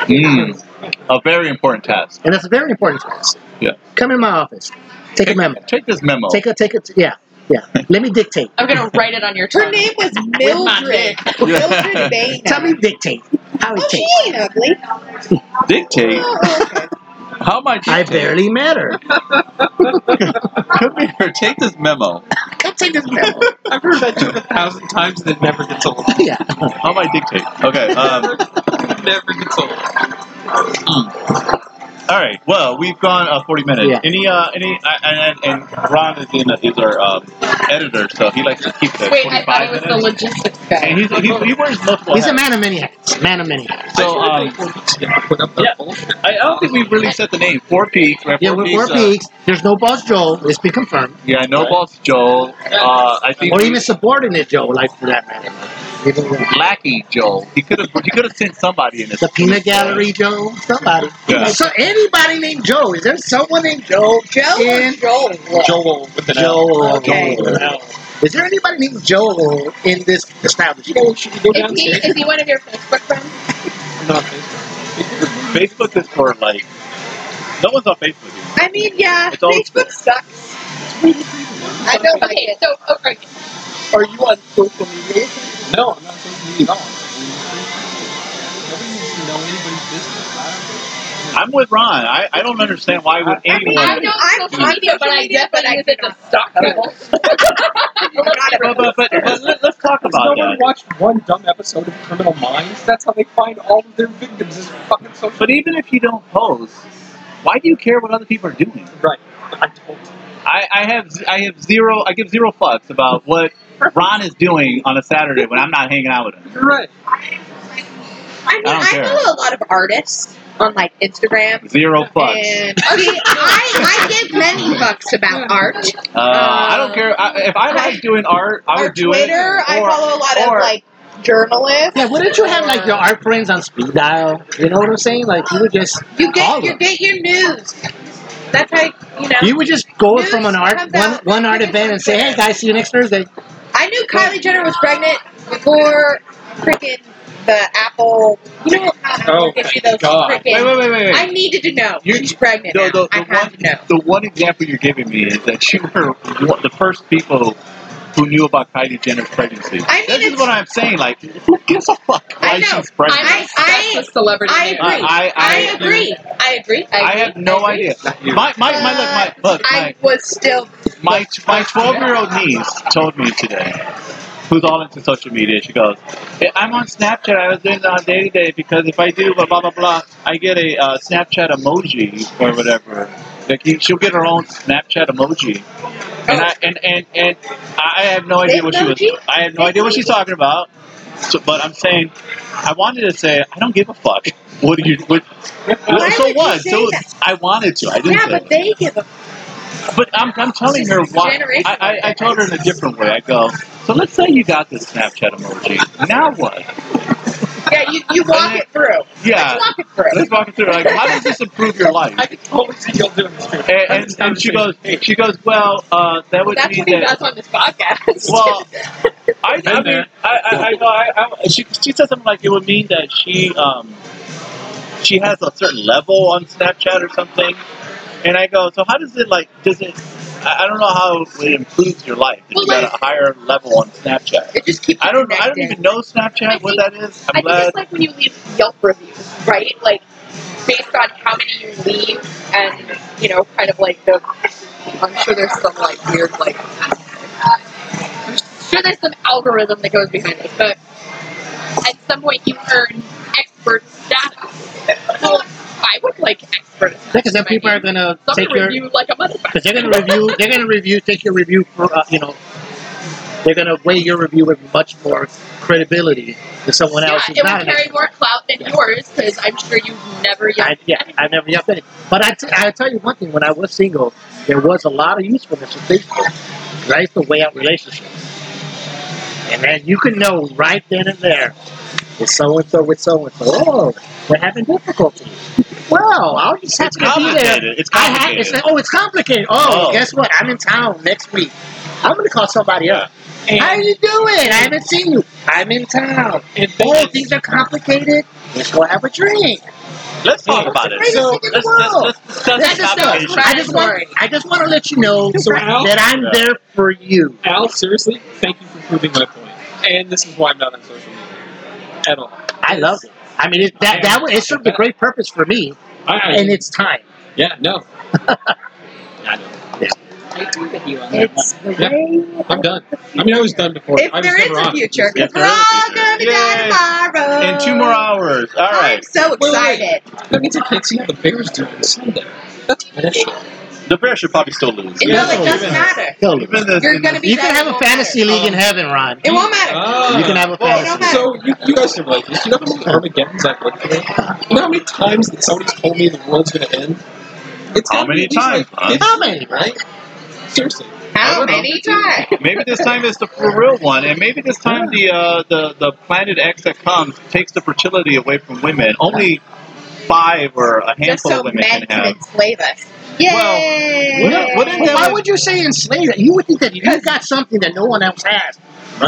S1: Mm, a very important task.
S2: and that's a very important task.
S1: Yeah.
S2: Come in my office, take a memo,
S1: Take this memo.
S2: take a take a yeah yeah. Let me dictate.
S7: I'm gonna write it on your
S6: Her
S7: tongue.
S6: name was
S7: With my
S6: Mildred.
S1: [LAUGHS] Yeah.
S6: Mildred Dana.
S2: Tell me dictate how it
S6: Oh, she
S2: tastes.
S6: ain't ugly.
S1: Dictate.
S6: Oh, okay.
S1: How am I
S2: I
S1: dictating?
S2: barely met her.
S1: [LAUGHS] Come here. Take this memo.
S2: Come take this memo.
S5: I've heard that joke a thousand times and it never gets old.
S2: yeah.
S1: How am I dictating? Okay. Um,
S5: It never gets old.
S1: all right. Well, we've gone uh, 40 minutes.
S2: Yeah.
S1: Any? Uh, any? I, and, and and Ron is in is our um, editor, so he likes to keep the
S7: Wait, I
S1: 25
S7: thought it was the
S1: minutes.
S7: logistics guy.
S1: and he's, he, he wears multiple
S2: He's a
S1: hats.
S2: man of many hats. Man of many hats.
S1: So
S5: I
S1: um,
S5: feel like they were- put up their
S1: yeah.
S5: bullshit.
S1: I I don't think we've really set the name. Four Peaks. Right?
S2: Yeah, we're four
S1: uh,
S2: peaks. There's no boss Joel. It's been confirmed.
S1: yeah. No boss Joel. Uh, I think.
S2: Or
S1: we-
S2: even subordinate Joel, like for that matter. Either way.
S1: Lackey Joel. He could have. He could have sent somebody in this.
S2: The peanut gallery, Joe. Somebody.
S1: Yeah.
S2: So anybody named Joe. Is there someone named Joe?
S6: Joe
S2: In
S6: or Joel?
S5: Joel with an L.
S2: Joel.
S6: Okay.
S2: Joel. Is there anybody named Joel in this
S5: You
S2: establishment?
S5: know, should we go
S7: Is he,
S5: downstairs?
S7: is he one of your Facebook friends?
S5: I'm not on Facebook.
S1: Facebook is for like. No one's on Facebook. anymore.
S6: I mean, yeah,
S1: It's old
S6: Facebook sucks. I don't like
S7: Okay,
S6: it.
S7: so okay,
S6: Are you on social media?
S5: No, I'm not social media at all. Nobody needs to know anybody's business. I don't
S1: I'm with Ron. I, I don't understand why would
S6: I mean,
S1: anyone.
S7: I know
S6: I'm
S7: social
S6: on
S7: media, but
S6: social
S7: I
S6: media, but
S7: definitely
S6: I
S7: use it to
S6: cannot
S7: stalk
S6: post.
S7: people.
S6: Not
S1: but,
S6: everyone.
S1: but, but, but let, us talk
S5: Because
S1: about
S5: no one
S1: that.
S5: watched one dumb episode of Criminal Minds. That's how they find all of their victims is fucking social.
S1: But even if you don't post, why do you care what other people are doing?
S5: Right. I told you.
S1: I, I have z- I have zero I give zero fucks about what Ron is doing on a Saturday when I'm not hanging out with him.
S5: You're right.
S6: I mean,
S1: I don't
S6: I,
S1: care.
S6: follow a lot of artists on like Instagram.
S1: Zero fucks.
S6: And I mean, I, I give many fucks about art.
S1: Uh, I don't care I, if I like doing art. I
S6: Or
S1: would do
S6: Twitter,
S1: it.
S6: I
S1: Or-
S6: follow a lot of
S1: or-
S6: like journalists.
S2: Yeah, wouldn't you have like your art friends on speed dial? You know what I'm saying? Like you would just
S6: You
S2: call
S6: get you
S2: them.
S6: get your news. That's how you know.
S2: You would just go
S6: News
S2: from an art
S6: comes
S2: one
S6: out-
S2: one art
S6: news
S2: event and say, "Hey guys, see you next Thursday."
S6: I knew Kylie Jenner was pregnant before freaking the Apple. You know how Apple
S5: Oh,
S6: gives you those
S5: God.
S6: freaking.
S1: wait, wait, wait, wait, wait.
S6: I needed to know.
S1: You-
S6: She's pregnant.
S1: No,
S6: now.
S1: the, the
S6: I
S1: one
S6: have to know.
S1: the one example you're giving me is that you were one, the first people who knew about Kylie Jenner's pregnancy.
S6: I mean,
S1: this is
S6: it's-
S1: what I'm saying. Like, who gives a fuck why
S6: I know.
S1: she's pregnant?
S6: I-
S7: I'm obsessed
S6: I-
S7: with celebrity
S6: I
S7: news.
S6: agree.
S1: I- I-
S6: I agree. I agree.
S1: I have no
S6: agree.
S1: idea. My my, my look, my look, my
S6: I was still.
S1: my my twelve year old niece told me today, who's all into social media. She goes, "Yeah, "I'm on Snapchat. I was doing it on day to day because if I do blah blah blah blah, I get a uh, Snapchat emoji or whatever. Like you- she'll get her own Snapchat emoji." And I and and, and I have no idea what she was.
S6: Bitmoji?
S1: I have no idea what she's talking about. So, but I'm saying, I wanted to say I don't give a fuck. What do you? What,
S6: Why
S1: so
S6: would you
S1: what?
S6: say
S1: So
S6: that?
S1: I wanted to. I didn't
S6: Yeah,
S1: say
S6: but
S1: that.
S6: they give a.
S1: But I'm, I'm telling her why. I, I, I told her in a different way. I go, so let's say you got this Snapchat emoji. Now what?
S6: Yeah, you, you walk it through.
S1: Yeah.
S6: Walk it through.
S1: Let's walk it through. Like, how does this improve your life?
S5: I can totally see y'all doing this.
S1: And, and, and she goes, she goes, well, uh, that would
S7: That's
S1: mean
S7: what he
S1: that.
S7: does on this podcast.
S1: Well, I, I
S5: Been
S1: mean,
S5: there.
S1: I, I, I know. I, I, she, she said something like it would mean that she, um, she has a certain level on Snapchat or something. And I go, so how does it like? Does it? I I don't know how it improves your life. If
S7: Well,
S1: you got a higher level on Snapchat.
S6: It just keeps.
S1: I don't. I don't
S6: connected.
S1: even know Snapchat. What that is.
S7: I
S1: I'm
S7: think
S1: glad.
S7: it's like when you leave Yelp reviews, right? Like based on how many you leave, and you know, kind of like the. I'm sure there's some like weird like. I'm sure there's some algorithm that goes behind it, but at some point you earn expert status. Well, I would like expert.
S2: Because then people are gonna
S7: Some
S2: take your.
S7: review like a motherfucker.
S2: Because they're gonna review. They're gonna review. Take your review for uh, you know. They're gonna weigh your review with much more credibility than someone
S7: Yeah,
S2: else who's
S7: it
S2: not
S7: would
S2: an expert.
S7: carry more clout than yours because I'm sure you've never
S2: I,
S7: yet.
S2: yeah, I never yelled at it. But I, t- I tell you one thing, when I was single, there was a lot of usefulness in Facebook. 'Cause I used to weigh out relationships. And then you can know right then and there with so and so, with so and so. Oh, we're having difficulty. Well, I'll just have
S1: It's
S2: to be there.
S1: complicated. It's
S2: I had,
S1: complicated.
S2: it's, oh, it's complicated. Oh,
S1: Oh.
S2: guess what? I'm in town next week. I'm going to call somebody up. How you doing? I haven't seen you. I'm in town.
S5: And
S2: Oh,
S5: then
S2: things are complicated. Let's go have a drink.
S1: Let's talk about it.
S2: Greatest
S1: So
S2: thing in the
S1: let's, let's,
S2: world.
S1: let's
S2: That's
S1: discuss the
S2: just no.
S1: application.
S2: I just want. I just want to let you know
S5: So Al,
S2: that I'm
S3: Yeah.
S2: there for you.
S5: Al, seriously, thank you for proving my point. And this is why I'm not on social media at all.
S2: I love it. I mean, it, that that was- it served a great purpose for me,
S5: I, I,
S2: and it's time.
S5: yeah, no. I know.
S4: I agree with you on that.
S6: It's the
S5: Yeah.
S6: way.
S5: I'm done. I mean, I was done before. I
S6: If
S5: was
S6: there
S5: never
S6: is a
S5: on.
S6: future,
S3: If
S6: we're
S3: there is a
S6: all
S3: future.
S6: gonna be
S1: Yay.
S6: done tomorrow.
S1: In two more hours. All
S6: I'm
S1: right.
S6: so
S5: Wait, wait,
S6: excited.
S5: That means I can't see how the Bears do on Sunday. That's bullshit.
S3: The Bears should probably still lose.
S6: And
S5: Yeah,
S6: no, it
S5: no,
S6: doesn't
S5: yeah.
S6: matter.
S2: Totally.
S1: Even this,
S6: You're gonna be.
S2: You can
S6: better.
S2: have
S6: It
S2: a
S6: won't
S2: fantasy
S6: matter.
S2: league in heaven, Ron.
S6: It won't matter.
S5: Ah.
S2: You can have a
S6: it
S2: fantasy.
S6: don't matter.
S5: So you, you guys are like this. You know how many Armageddon's I've lived through? You know how many times that somebody's told me the world's gonna end? It's
S3: How
S5: gotta
S3: many
S5: be at least,
S3: times,
S5: Like
S2: How many?
S5: 50, right? Seriously. I
S6: How
S5: don't know.
S6: many times?
S1: maybe this time it's the for real one, and maybe this time the uh, the the planet X that comes takes the fertility away from women. Only five or a handful
S6: Just so
S1: of women
S6: men
S1: can
S6: can
S1: have.
S6: enslave us.
S1: Well,
S6: Yay!
S1: wouldn't- wouldn't
S2: But why would you say enslave? that? You would think that if you got something that no one else has,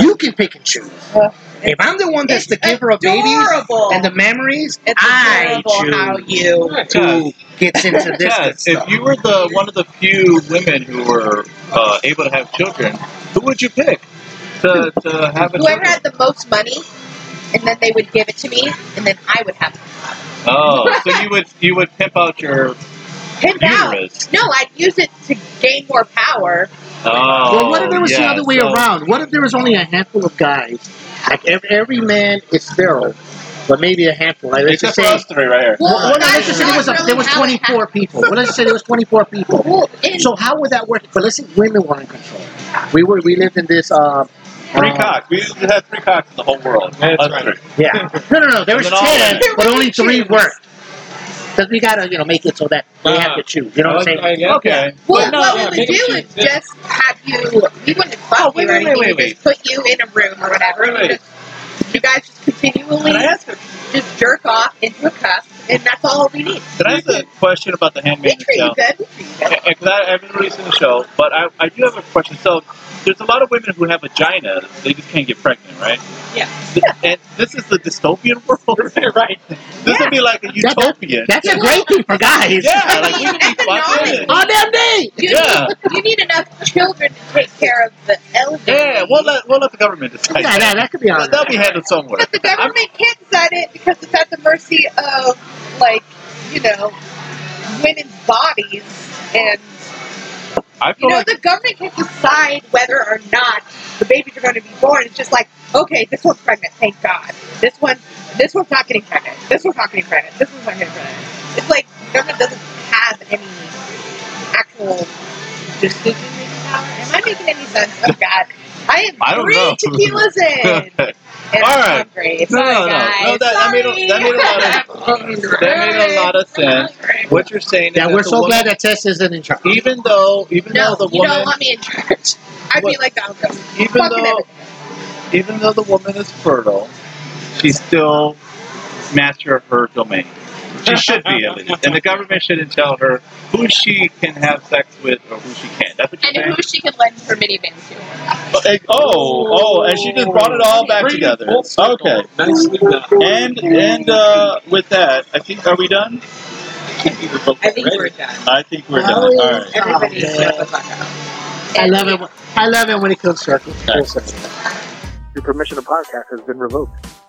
S2: you can pick and choose.
S6: Well,
S2: If I'm the one that's
S6: it's
S2: the giver of babies
S6: adorable.
S2: and the memories,
S6: it's
S2: I
S6: adorable
S2: choose
S6: how you.
S2: who gets into this good
S1: Yes,
S2: stuff.
S1: if you were the one of the few women who were uh, able to have children, who would you pick to, to have a
S6: Whoever
S1: children?
S6: had the most money, and then they would give it to me, and then I would have
S1: Oh, so you would you would pimp out your
S6: pinned out.
S1: uterus?
S6: No, I'd use it to gain more power.
S1: Oh,
S2: Well, what if there was the
S1: yeah,
S2: other way
S1: so-
S2: around? What if there was only a handful of guys? Like every, every man is sterile, but maybe a handful. Like let's just
S1: Except for
S2: say,
S1: us three right here.
S2: well, what if-
S6: that's
S2: let's just say there was a,
S6: not
S2: there was
S6: really how
S2: twenty
S6: it
S2: four people. Well, let's just say there was twenty four people.
S6: Well, and
S2: So how would that work? But let's say women were in control. We were we lived in this. Uh,
S1: Three
S2: uh,
S1: cocks. We used to have three cocks in the whole world.
S5: That's
S1: Us
S5: right.
S1: three.
S2: Yeah. No, no,
S1: [LAUGHS]
S2: no. There was
S1: And then all
S2: ten,
S1: women.
S2: but
S1: [LAUGHS]
S2: only three worked. Because we gotta, you know, make it so that they have to choose. You know
S5: I
S2: what I'm
S1: Uh,
S5: like the
S2: saying?
S5: idea.
S1: Okay.
S6: Well,
S1: But no,
S6: what
S5: yeah,
S6: we would
S5: make it
S6: do
S5: cheap.
S6: is just have you. We wouldn't fuck
S1: Oh, wait,
S6: you or
S1: wait, wait,
S6: anything. we
S1: wait,
S6: just put you in a room or whatever.
S1: Wait, wait.
S6: You, just, you guys just continually
S1: Can I ask a,
S6: just jerk off into a cup, and that's all we need.
S1: can I ask a question about the
S6: We
S1: handmaid
S6: treat you
S1: show?
S6: good. We treat you good.
S1: Because I I haven't really seen the show, but I, I do have a question. So, there's a lot of women who have vaginas, they just can't get pregnant, right?
S4: Yeah.
S1: Th- And this is the dystopian [LAUGHS] world.
S5: right.
S1: This
S2: Yeah.
S1: would be like a
S2: that-
S1: utopia.
S2: That's a great thing for guys.
S1: yeah, like we would be fucking. in
S2: [LAUGHS]
S1: it.
S2: On their knee.
S6: You,
S1: Yeah.
S6: need, you need enough children to take care of the elderly.
S1: Yeah, we'll let we'll let the government decide.
S2: Yeah, that, that could be on.
S1: That- That'll be handled somewhere.
S6: But the government can't decide it because it's at the mercy of, like, you know, women's bodies. And,
S1: I feel
S6: you know,
S1: like
S6: the government can decide whether or not the babies are going to be born. It's just like, okay, this one's pregnant, thank God. This one, this one's not getting pregnant. This one's not getting pregnant. This one's not getting pregnant. It's like the government doesn't have any actual decision making power. Am I making any sense? Oh, God. I am
S1: I don't
S6: three
S1: know. [LAUGHS]
S6: tequilas in. And
S1: All
S6: I'm
S1: right.
S6: hungry.
S1: No,
S6: Sorry,
S1: no, no.
S6: guys.
S1: No, that, that made a, that made a lot of that made a lot
S6: [LAUGHS]
S1: of sense. What you're saying is
S2: Yeah,
S1: that
S2: we're
S1: the
S2: so
S1: woman-
S2: glad that Tess isn't in charge.
S1: Even though, even
S6: No,
S1: though the
S6: you
S1: woman,
S6: don't want me in church. I'd be
S1: What?
S6: like Donald Trump.
S1: even
S6: fuck
S1: though,
S6: everything.
S1: even though the woman is fertile, she's still master of her domain. She should be at least, and the government shouldn't tell her who she can have sex with or who she can't. That's what
S9: And
S1: you're saying.
S9: who she can lend her minivan to.
S1: Oh, eh, oh, oh, and she just brought it all back
S5: Bring it
S1: together.
S5: full circle.
S1: Okay.
S5: Nicely done.
S1: And and uh, with that, I think are we done?
S4: I think we're done.
S1: I think we're done. All right.
S2: Everybody, I love it. when- I love it when it comes circles. Full circle.
S10: Your permission to podcast has been revoked.